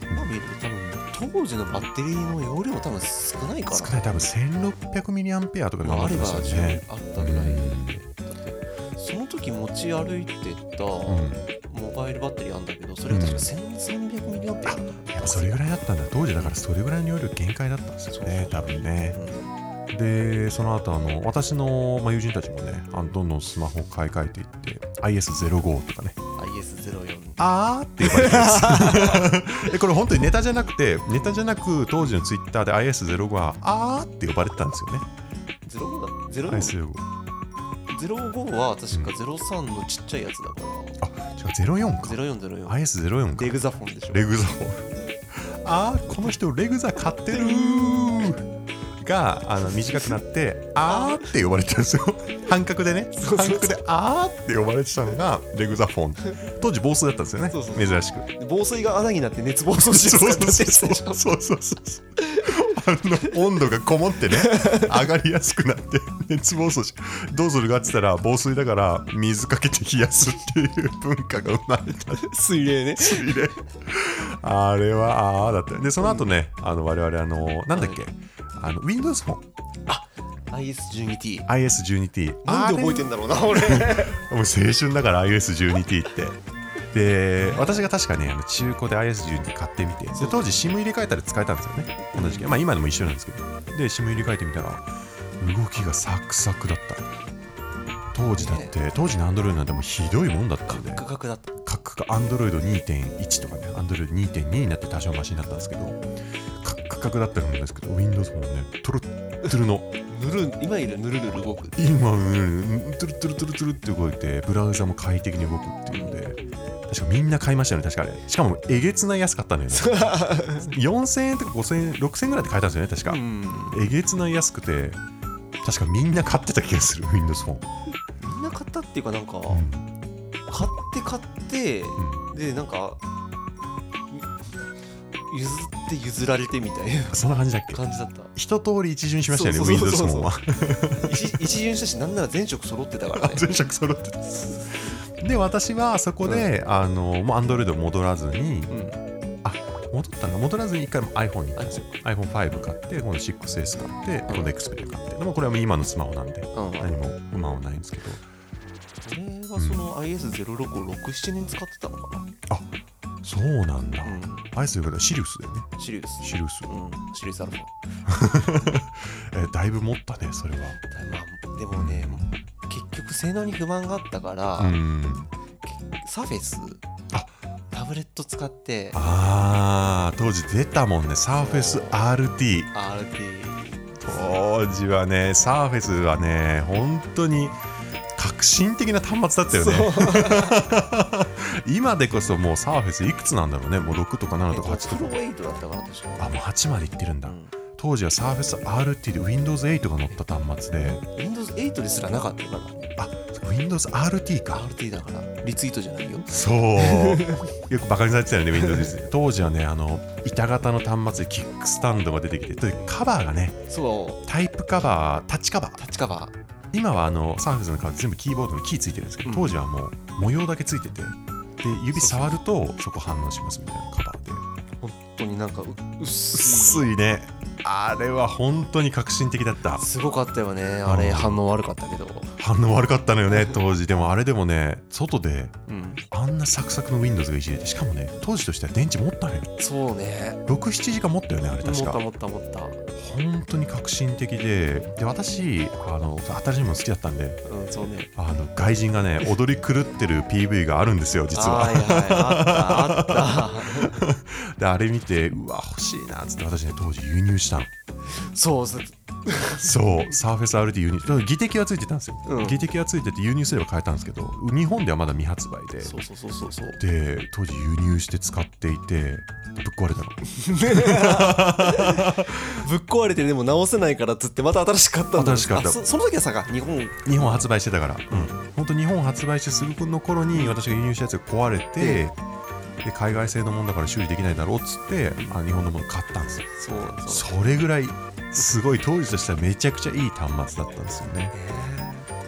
Speaker 2: ていう
Speaker 1: 今見ると多分当時のバッテリーの容量多分少ないから
Speaker 2: 少ない 多分1600ミリアンペアとかで
Speaker 1: まあ、
Speaker 2: 頑
Speaker 1: あ
Speaker 2: 張っ
Speaker 1: れ
Speaker 2: てま
Speaker 1: ば
Speaker 2: したよ
Speaker 1: 十
Speaker 2: ね
Speaker 1: 分あったぐらいだよねだってその時持ち歩いてた
Speaker 2: うん
Speaker 1: モバイルバッテリーあんだけどそれが確か1300ミリアンペアだった
Speaker 2: やっぱそれぐらいだったんだ当時だからそれぐらいの容量限界だったんですよね多分ねでその後あの私の、まあ、友人たちもねあのどんどんスマホを買い替えていって IS05 とかね
Speaker 1: うん04
Speaker 2: あーって呼ばれて ます。えこれ本当にネタじゃなくて、ネタじゃなく当時のツイッターで IS05 はあーって呼ばれてたんですよね。
Speaker 1: 05だ
Speaker 2: IS05。
Speaker 1: 05は確か03のちっちゃいやつだから
Speaker 2: あ違う、04か。
Speaker 1: 0404
Speaker 2: IS04 か
Speaker 1: レ。グザフォンでしょ
Speaker 2: レグザを。あーこの人レグザ買ってるがあの短くなってあーって呼ばれてたんですよ半角でね
Speaker 1: そうそうそう
Speaker 2: 半角であーって呼ばれてたのがレグザフォン当時暴走だったんですよね
Speaker 1: そうそうそう
Speaker 2: 珍しく
Speaker 1: 防水が穴になって熱暴走して
Speaker 2: そう
Speaker 1: る
Speaker 2: そうそうそうそうそうあの温度がこもってね上がりやすくなって熱暴走しどうするかって言ったら防水だから水かけて冷やすっていう文化が生まれた
Speaker 1: 水冷ね
Speaker 2: 入れあれはああだったでその後ね、あの我々あのなんだっけ、あの Windows フォン
Speaker 1: IS12T
Speaker 2: IS12T
Speaker 1: なんで覚えてんだろうな 俺
Speaker 2: あれもう青春だから IS12T ってで私が確かねあの中古で IS12 買ってみてで当時 SIM 入れ替えたら使えたんですよね同じ機まあ今でも一緒なんですけどで SIM 入れ替えてみたら動きがサクサクだった当時だって当時の Android なんてもうひどいもんだったんで
Speaker 1: 価格だった
Speaker 2: 各々アンドロイド2.1とかね、アンドロイド2.2になって多少マシになったんですけど、カクカクだったんですけど、Windows もね、トゥルットゥルの、
Speaker 1: ぬる今いるぬるぬる動く
Speaker 2: 今、うんトゥルトゥルトゥルトゥルって動いて、ブラウザも快適に動くっていうので、確かみんな買いましたよね、確かあれ。しかも、えげつない安かったのよね。4000円とか5000円、6000円ぐらいで買えたんですよね、確か
Speaker 1: う。ん
Speaker 2: えげつない安くて、確かみんな買ってた気がする、Windows フォン。
Speaker 1: みんな買ったっていうかなんか
Speaker 2: うん
Speaker 1: 買って買って
Speaker 2: う
Speaker 1: でなんか譲って譲られてみたい
Speaker 2: そんな感じだっけ
Speaker 1: な感じだった
Speaker 2: 一通り一巡しましたよね、
Speaker 1: そうそう
Speaker 2: Windows
Speaker 1: そうそう
Speaker 2: フォンは。
Speaker 1: 一一巡したしなんなら全色揃ってたからね
Speaker 2: 全色揃ってたで私はそこで、あのもうアンドロイド戻らずに
Speaker 1: うん
Speaker 2: 戻ったの戻らずに一回も iPhone に行ったんですよ iPhone5 買って今度 6S 買って
Speaker 1: ん
Speaker 2: 今度 Xperia 買ってでもこれはもう今のスマホなんで
Speaker 1: うん
Speaker 2: 何も不満はないんですけど
Speaker 1: 俺はその IS06 を67年使ってたのかな
Speaker 2: あそうなんだ、
Speaker 1: う
Speaker 2: アイスということはシリウスだよね
Speaker 1: んシリウス
Speaker 2: シリウス、
Speaker 1: うんシリウスアルファ
Speaker 2: えーだいぶ持ったねそれは
Speaker 1: まあでもね結局性能に不満があったから、
Speaker 2: うん
Speaker 1: サフェス
Speaker 2: あ
Speaker 1: タブレット使って
Speaker 2: あー当時出たもんね SurfaceRT
Speaker 1: RT
Speaker 2: 当時はね、サーフェスはね、本当に革新的な端末だったよね。今でこそもうサーフェスいくつなんだろうね、もう6とか7とか8
Speaker 1: プ
Speaker 2: と
Speaker 1: ロ
Speaker 2: か。
Speaker 1: 8だったかな確か
Speaker 2: あ、もう8までいってるんだ。
Speaker 1: うん
Speaker 2: 当時はサーフェス RT で Windows 8が乗った端末で、
Speaker 1: Windows8 ですらなかったからね
Speaker 2: あ、Windows RT か。
Speaker 1: RT だからリツイートじゃないよ
Speaker 2: そうよくバカにされてたよね Windows 8当時はねあの板型の端末でキックスタンドが出てきてでカバーがね
Speaker 1: そう
Speaker 2: タイプカバータッチカバー
Speaker 1: タッチカバー
Speaker 2: 今はあのサーフェスの代わり全部キーボードのキーついてるんですけど、
Speaker 1: うん
Speaker 2: 当時はもう模様だけついててで指触るとそこ反応しますみたいなカバーで
Speaker 1: 本当になんかう薄い
Speaker 2: 薄いねあれは本当に革新的だった
Speaker 1: すごかったよねあ
Speaker 2: う
Speaker 1: れ
Speaker 2: ん
Speaker 1: 反応悪かったけど
Speaker 2: 反応悪かった のよね当時でもあれでもね外で
Speaker 1: うん
Speaker 2: あんなサクサクの Windows がいじれてしかもね当時としては電池持ったのよ
Speaker 1: そうね
Speaker 2: 67時間持ったよねあれ
Speaker 1: 持っ
Speaker 2: 確
Speaker 1: た
Speaker 2: か
Speaker 1: 持った持った
Speaker 2: 本当に革新的でで私あの新しいもの好きだったんで
Speaker 1: うんそうね
Speaker 2: あの外人がね踊り狂ってる PV があるんですよ実は
Speaker 1: はいはいあったあっ
Speaker 2: であれ見てうわ欲しいなっつって私ね当時輸入したの
Speaker 1: たそうそう
Speaker 2: そうサーフェス RT 輸入ただ技的はついてたんですよ、
Speaker 1: うん
Speaker 2: 技的はついてて輸入すれば買えたんですけど日本ではまだ未発売で
Speaker 1: そうそうそうそうそう
Speaker 2: で当時輸入して使っていてぶっ壊れたの
Speaker 1: ぶっ壊れてでも直せないからっつってまた新しかったんだ
Speaker 2: 新しかった
Speaker 1: あそその時はさが日本
Speaker 2: 日本発売してたからうん本当日本発売してすぐの頃に私が輸入したやつが壊れて、で海外製のもんだから修理できないだろうっつってあ日本のもの買ったんですよ
Speaker 1: そうそう
Speaker 2: それぐらいすごい当時としてはめちゃくちゃいい端末だったんですよね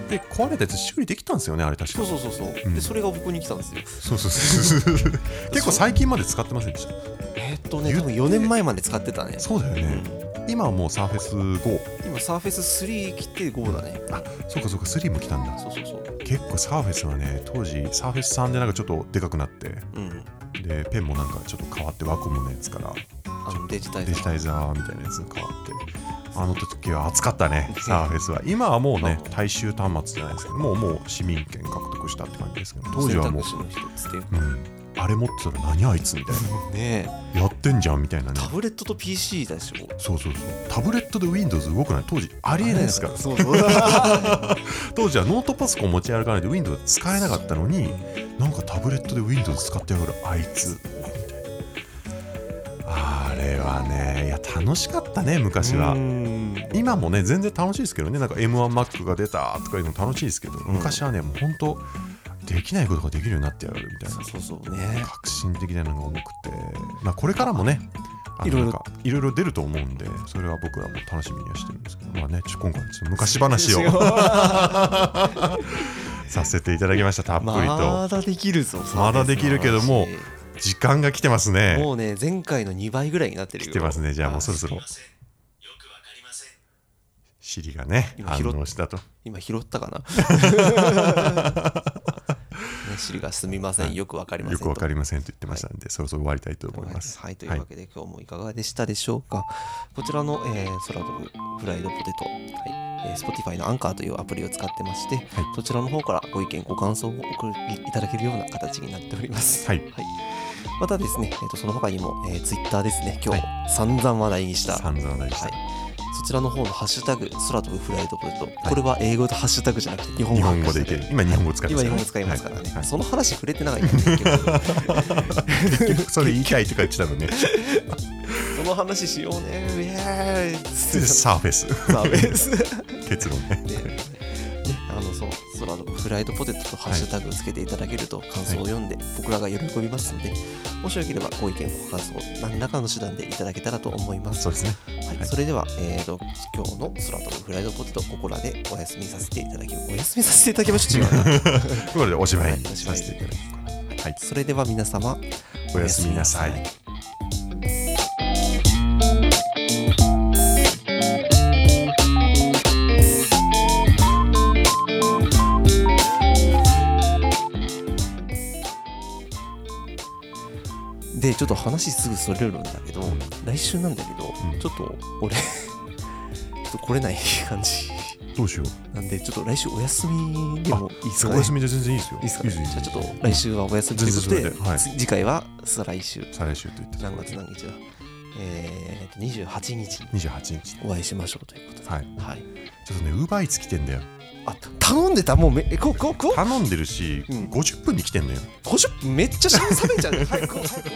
Speaker 2: で壊れたやつ修理できたんですよねあれ確か
Speaker 1: そうそうそうそう、
Speaker 2: うん
Speaker 1: でそれが僕に来たんですよ
Speaker 2: そうそうそうそう 結構最近まで使ってませんでした
Speaker 1: えーっとね
Speaker 2: 言っ
Speaker 1: 多
Speaker 2: て
Speaker 1: 分4年前まで使ってたね
Speaker 2: そうだよね、今はもうサーフェス5
Speaker 1: 今サーフェス3来て5だね
Speaker 2: あそうかそうか3も来たんだ
Speaker 1: そうそうそう
Speaker 2: 結構サーフェスはね当時サーフェス3でなんかちょっとでかくなって
Speaker 1: うん
Speaker 2: でペンもなんかちょっと変わってワコムのやつから
Speaker 1: あのデジタイ
Speaker 2: デ
Speaker 1: ズ
Speaker 2: ジタイザーみたいなやつに変わってあの時は暑かった ね、サーフェスは。今はもうね、大衆端末じゃないですけど、もうもう市民権獲得したって感じですけど、当時はもう、
Speaker 1: 選択肢の一つっていう
Speaker 2: うん、あれ持ってたら何あいつみたい
Speaker 1: ねえ
Speaker 2: な、やってんじゃんみたいなね。
Speaker 1: タブレットと PC だしょ
Speaker 2: そうそうそうタブレットで Windows 動くなんて当時ありえないですから
Speaker 1: そうそうは
Speaker 2: 当時はノートパソコン持ち歩かないで Windows 使えなかったのになんかタブレットで Windows 使ってやがるあいつあれはねいや楽しかったね昔は今もね全然楽しいですけどねなんか M1Mac が出たとかいうの楽しいですけど昔はねもう本当できないことができるようになってやがるみたいな
Speaker 1: そうそうそうね
Speaker 2: 革新的なのが多くて、まあ、これからもねあの
Speaker 1: いろいろ
Speaker 2: なんかいろいろ出ると思うんでそれは僕らも楽しみにはしてるんですけど、まあね、ちょ今回はちょっと昔話をさせていただきましたたっぷりと、
Speaker 1: まだできるぞ
Speaker 2: まだできるけども
Speaker 1: サービスの話
Speaker 2: 時間が来てますね
Speaker 1: もうね前回の2倍ぐらいになってるよ
Speaker 2: 来てますねじゃあもうそろそろ尻がね
Speaker 1: 今
Speaker 2: 反
Speaker 1: 拾っ
Speaker 2: 応したと
Speaker 1: 今拾ったかなね シリがすみませんよくわかりませ
Speaker 2: よ
Speaker 1: んと
Speaker 2: くわかりませんと言ってましたんで、そろそろ終わりたいと思います、
Speaker 1: はい、はいというわけで、今日もいかがでしたでしょうかこちらの、えー、空飛ぶフライドポテト、はいえー、Spotify のアンカーというアプリを使ってまして、そちらの方からご意見ご感想を送りいただけるような形になっております、
Speaker 2: はい
Speaker 1: またですね、えー、とその他にも、えー、Twitter ですね今日、散々話題にした
Speaker 2: 散々話題にした
Speaker 1: はいそちらの方のハッシュタグ空飛ぶフライドポテト、これは英語とハッシュタグじゃなくて日本語
Speaker 2: 日本語でいける今日本語使って
Speaker 1: 今日本語使いますからね、
Speaker 2: はいはい
Speaker 1: その話触れてなかったんですけど
Speaker 2: 結局 それ言いたいとか言ってた のね
Speaker 1: その話しようねイエーイ
Speaker 2: サーフェス
Speaker 1: ダメですね
Speaker 2: 結論ね
Speaker 1: ねあのそう空のフライドポテトとハッシュタグつけていただけると感想を読んで僕らが喜びますのでもしよければご意見ご感想何らかの手段でいただけたらと思います
Speaker 2: そうですね
Speaker 1: はい、それでは、えー、と今日の空飛ぶフライドポテトここらでお休みさせていただきお休みさせていただきましょう違うな
Speaker 2: ということでおしまいにさせていただきます。はい、
Speaker 1: それでは皆様
Speaker 2: おやすみなさい。
Speaker 1: でちょっと話すぐそれるんだけど、
Speaker 2: うん
Speaker 1: 来週なんだけど、
Speaker 2: うん
Speaker 1: ちょっと俺 ちょっと来れない感じ
Speaker 2: どうしよう。
Speaker 1: なんでちょっと来週お休みでもいいですか
Speaker 2: お
Speaker 1: ね
Speaker 2: やすみで全然いいですよ。
Speaker 1: いいですかね
Speaker 2: いいです
Speaker 1: じゃ
Speaker 2: よ
Speaker 1: あちょっと来週はお休みということで
Speaker 2: 全然それではい
Speaker 1: つ次回は再来週
Speaker 2: 再来週と言ってた
Speaker 1: 何月何日だえー、と28日に
Speaker 2: 28日ね。
Speaker 1: お会いしましょうということで、
Speaker 2: はい。
Speaker 1: はい、
Speaker 2: ちょっとね、ウーバーイーツ来てんだよ。
Speaker 1: あ頼んでたもうめえこここ
Speaker 2: 頼んでるし、
Speaker 1: うん
Speaker 2: 50分に来てんだよ。
Speaker 1: 50分めっちゃしゃべっちゃうね早く早く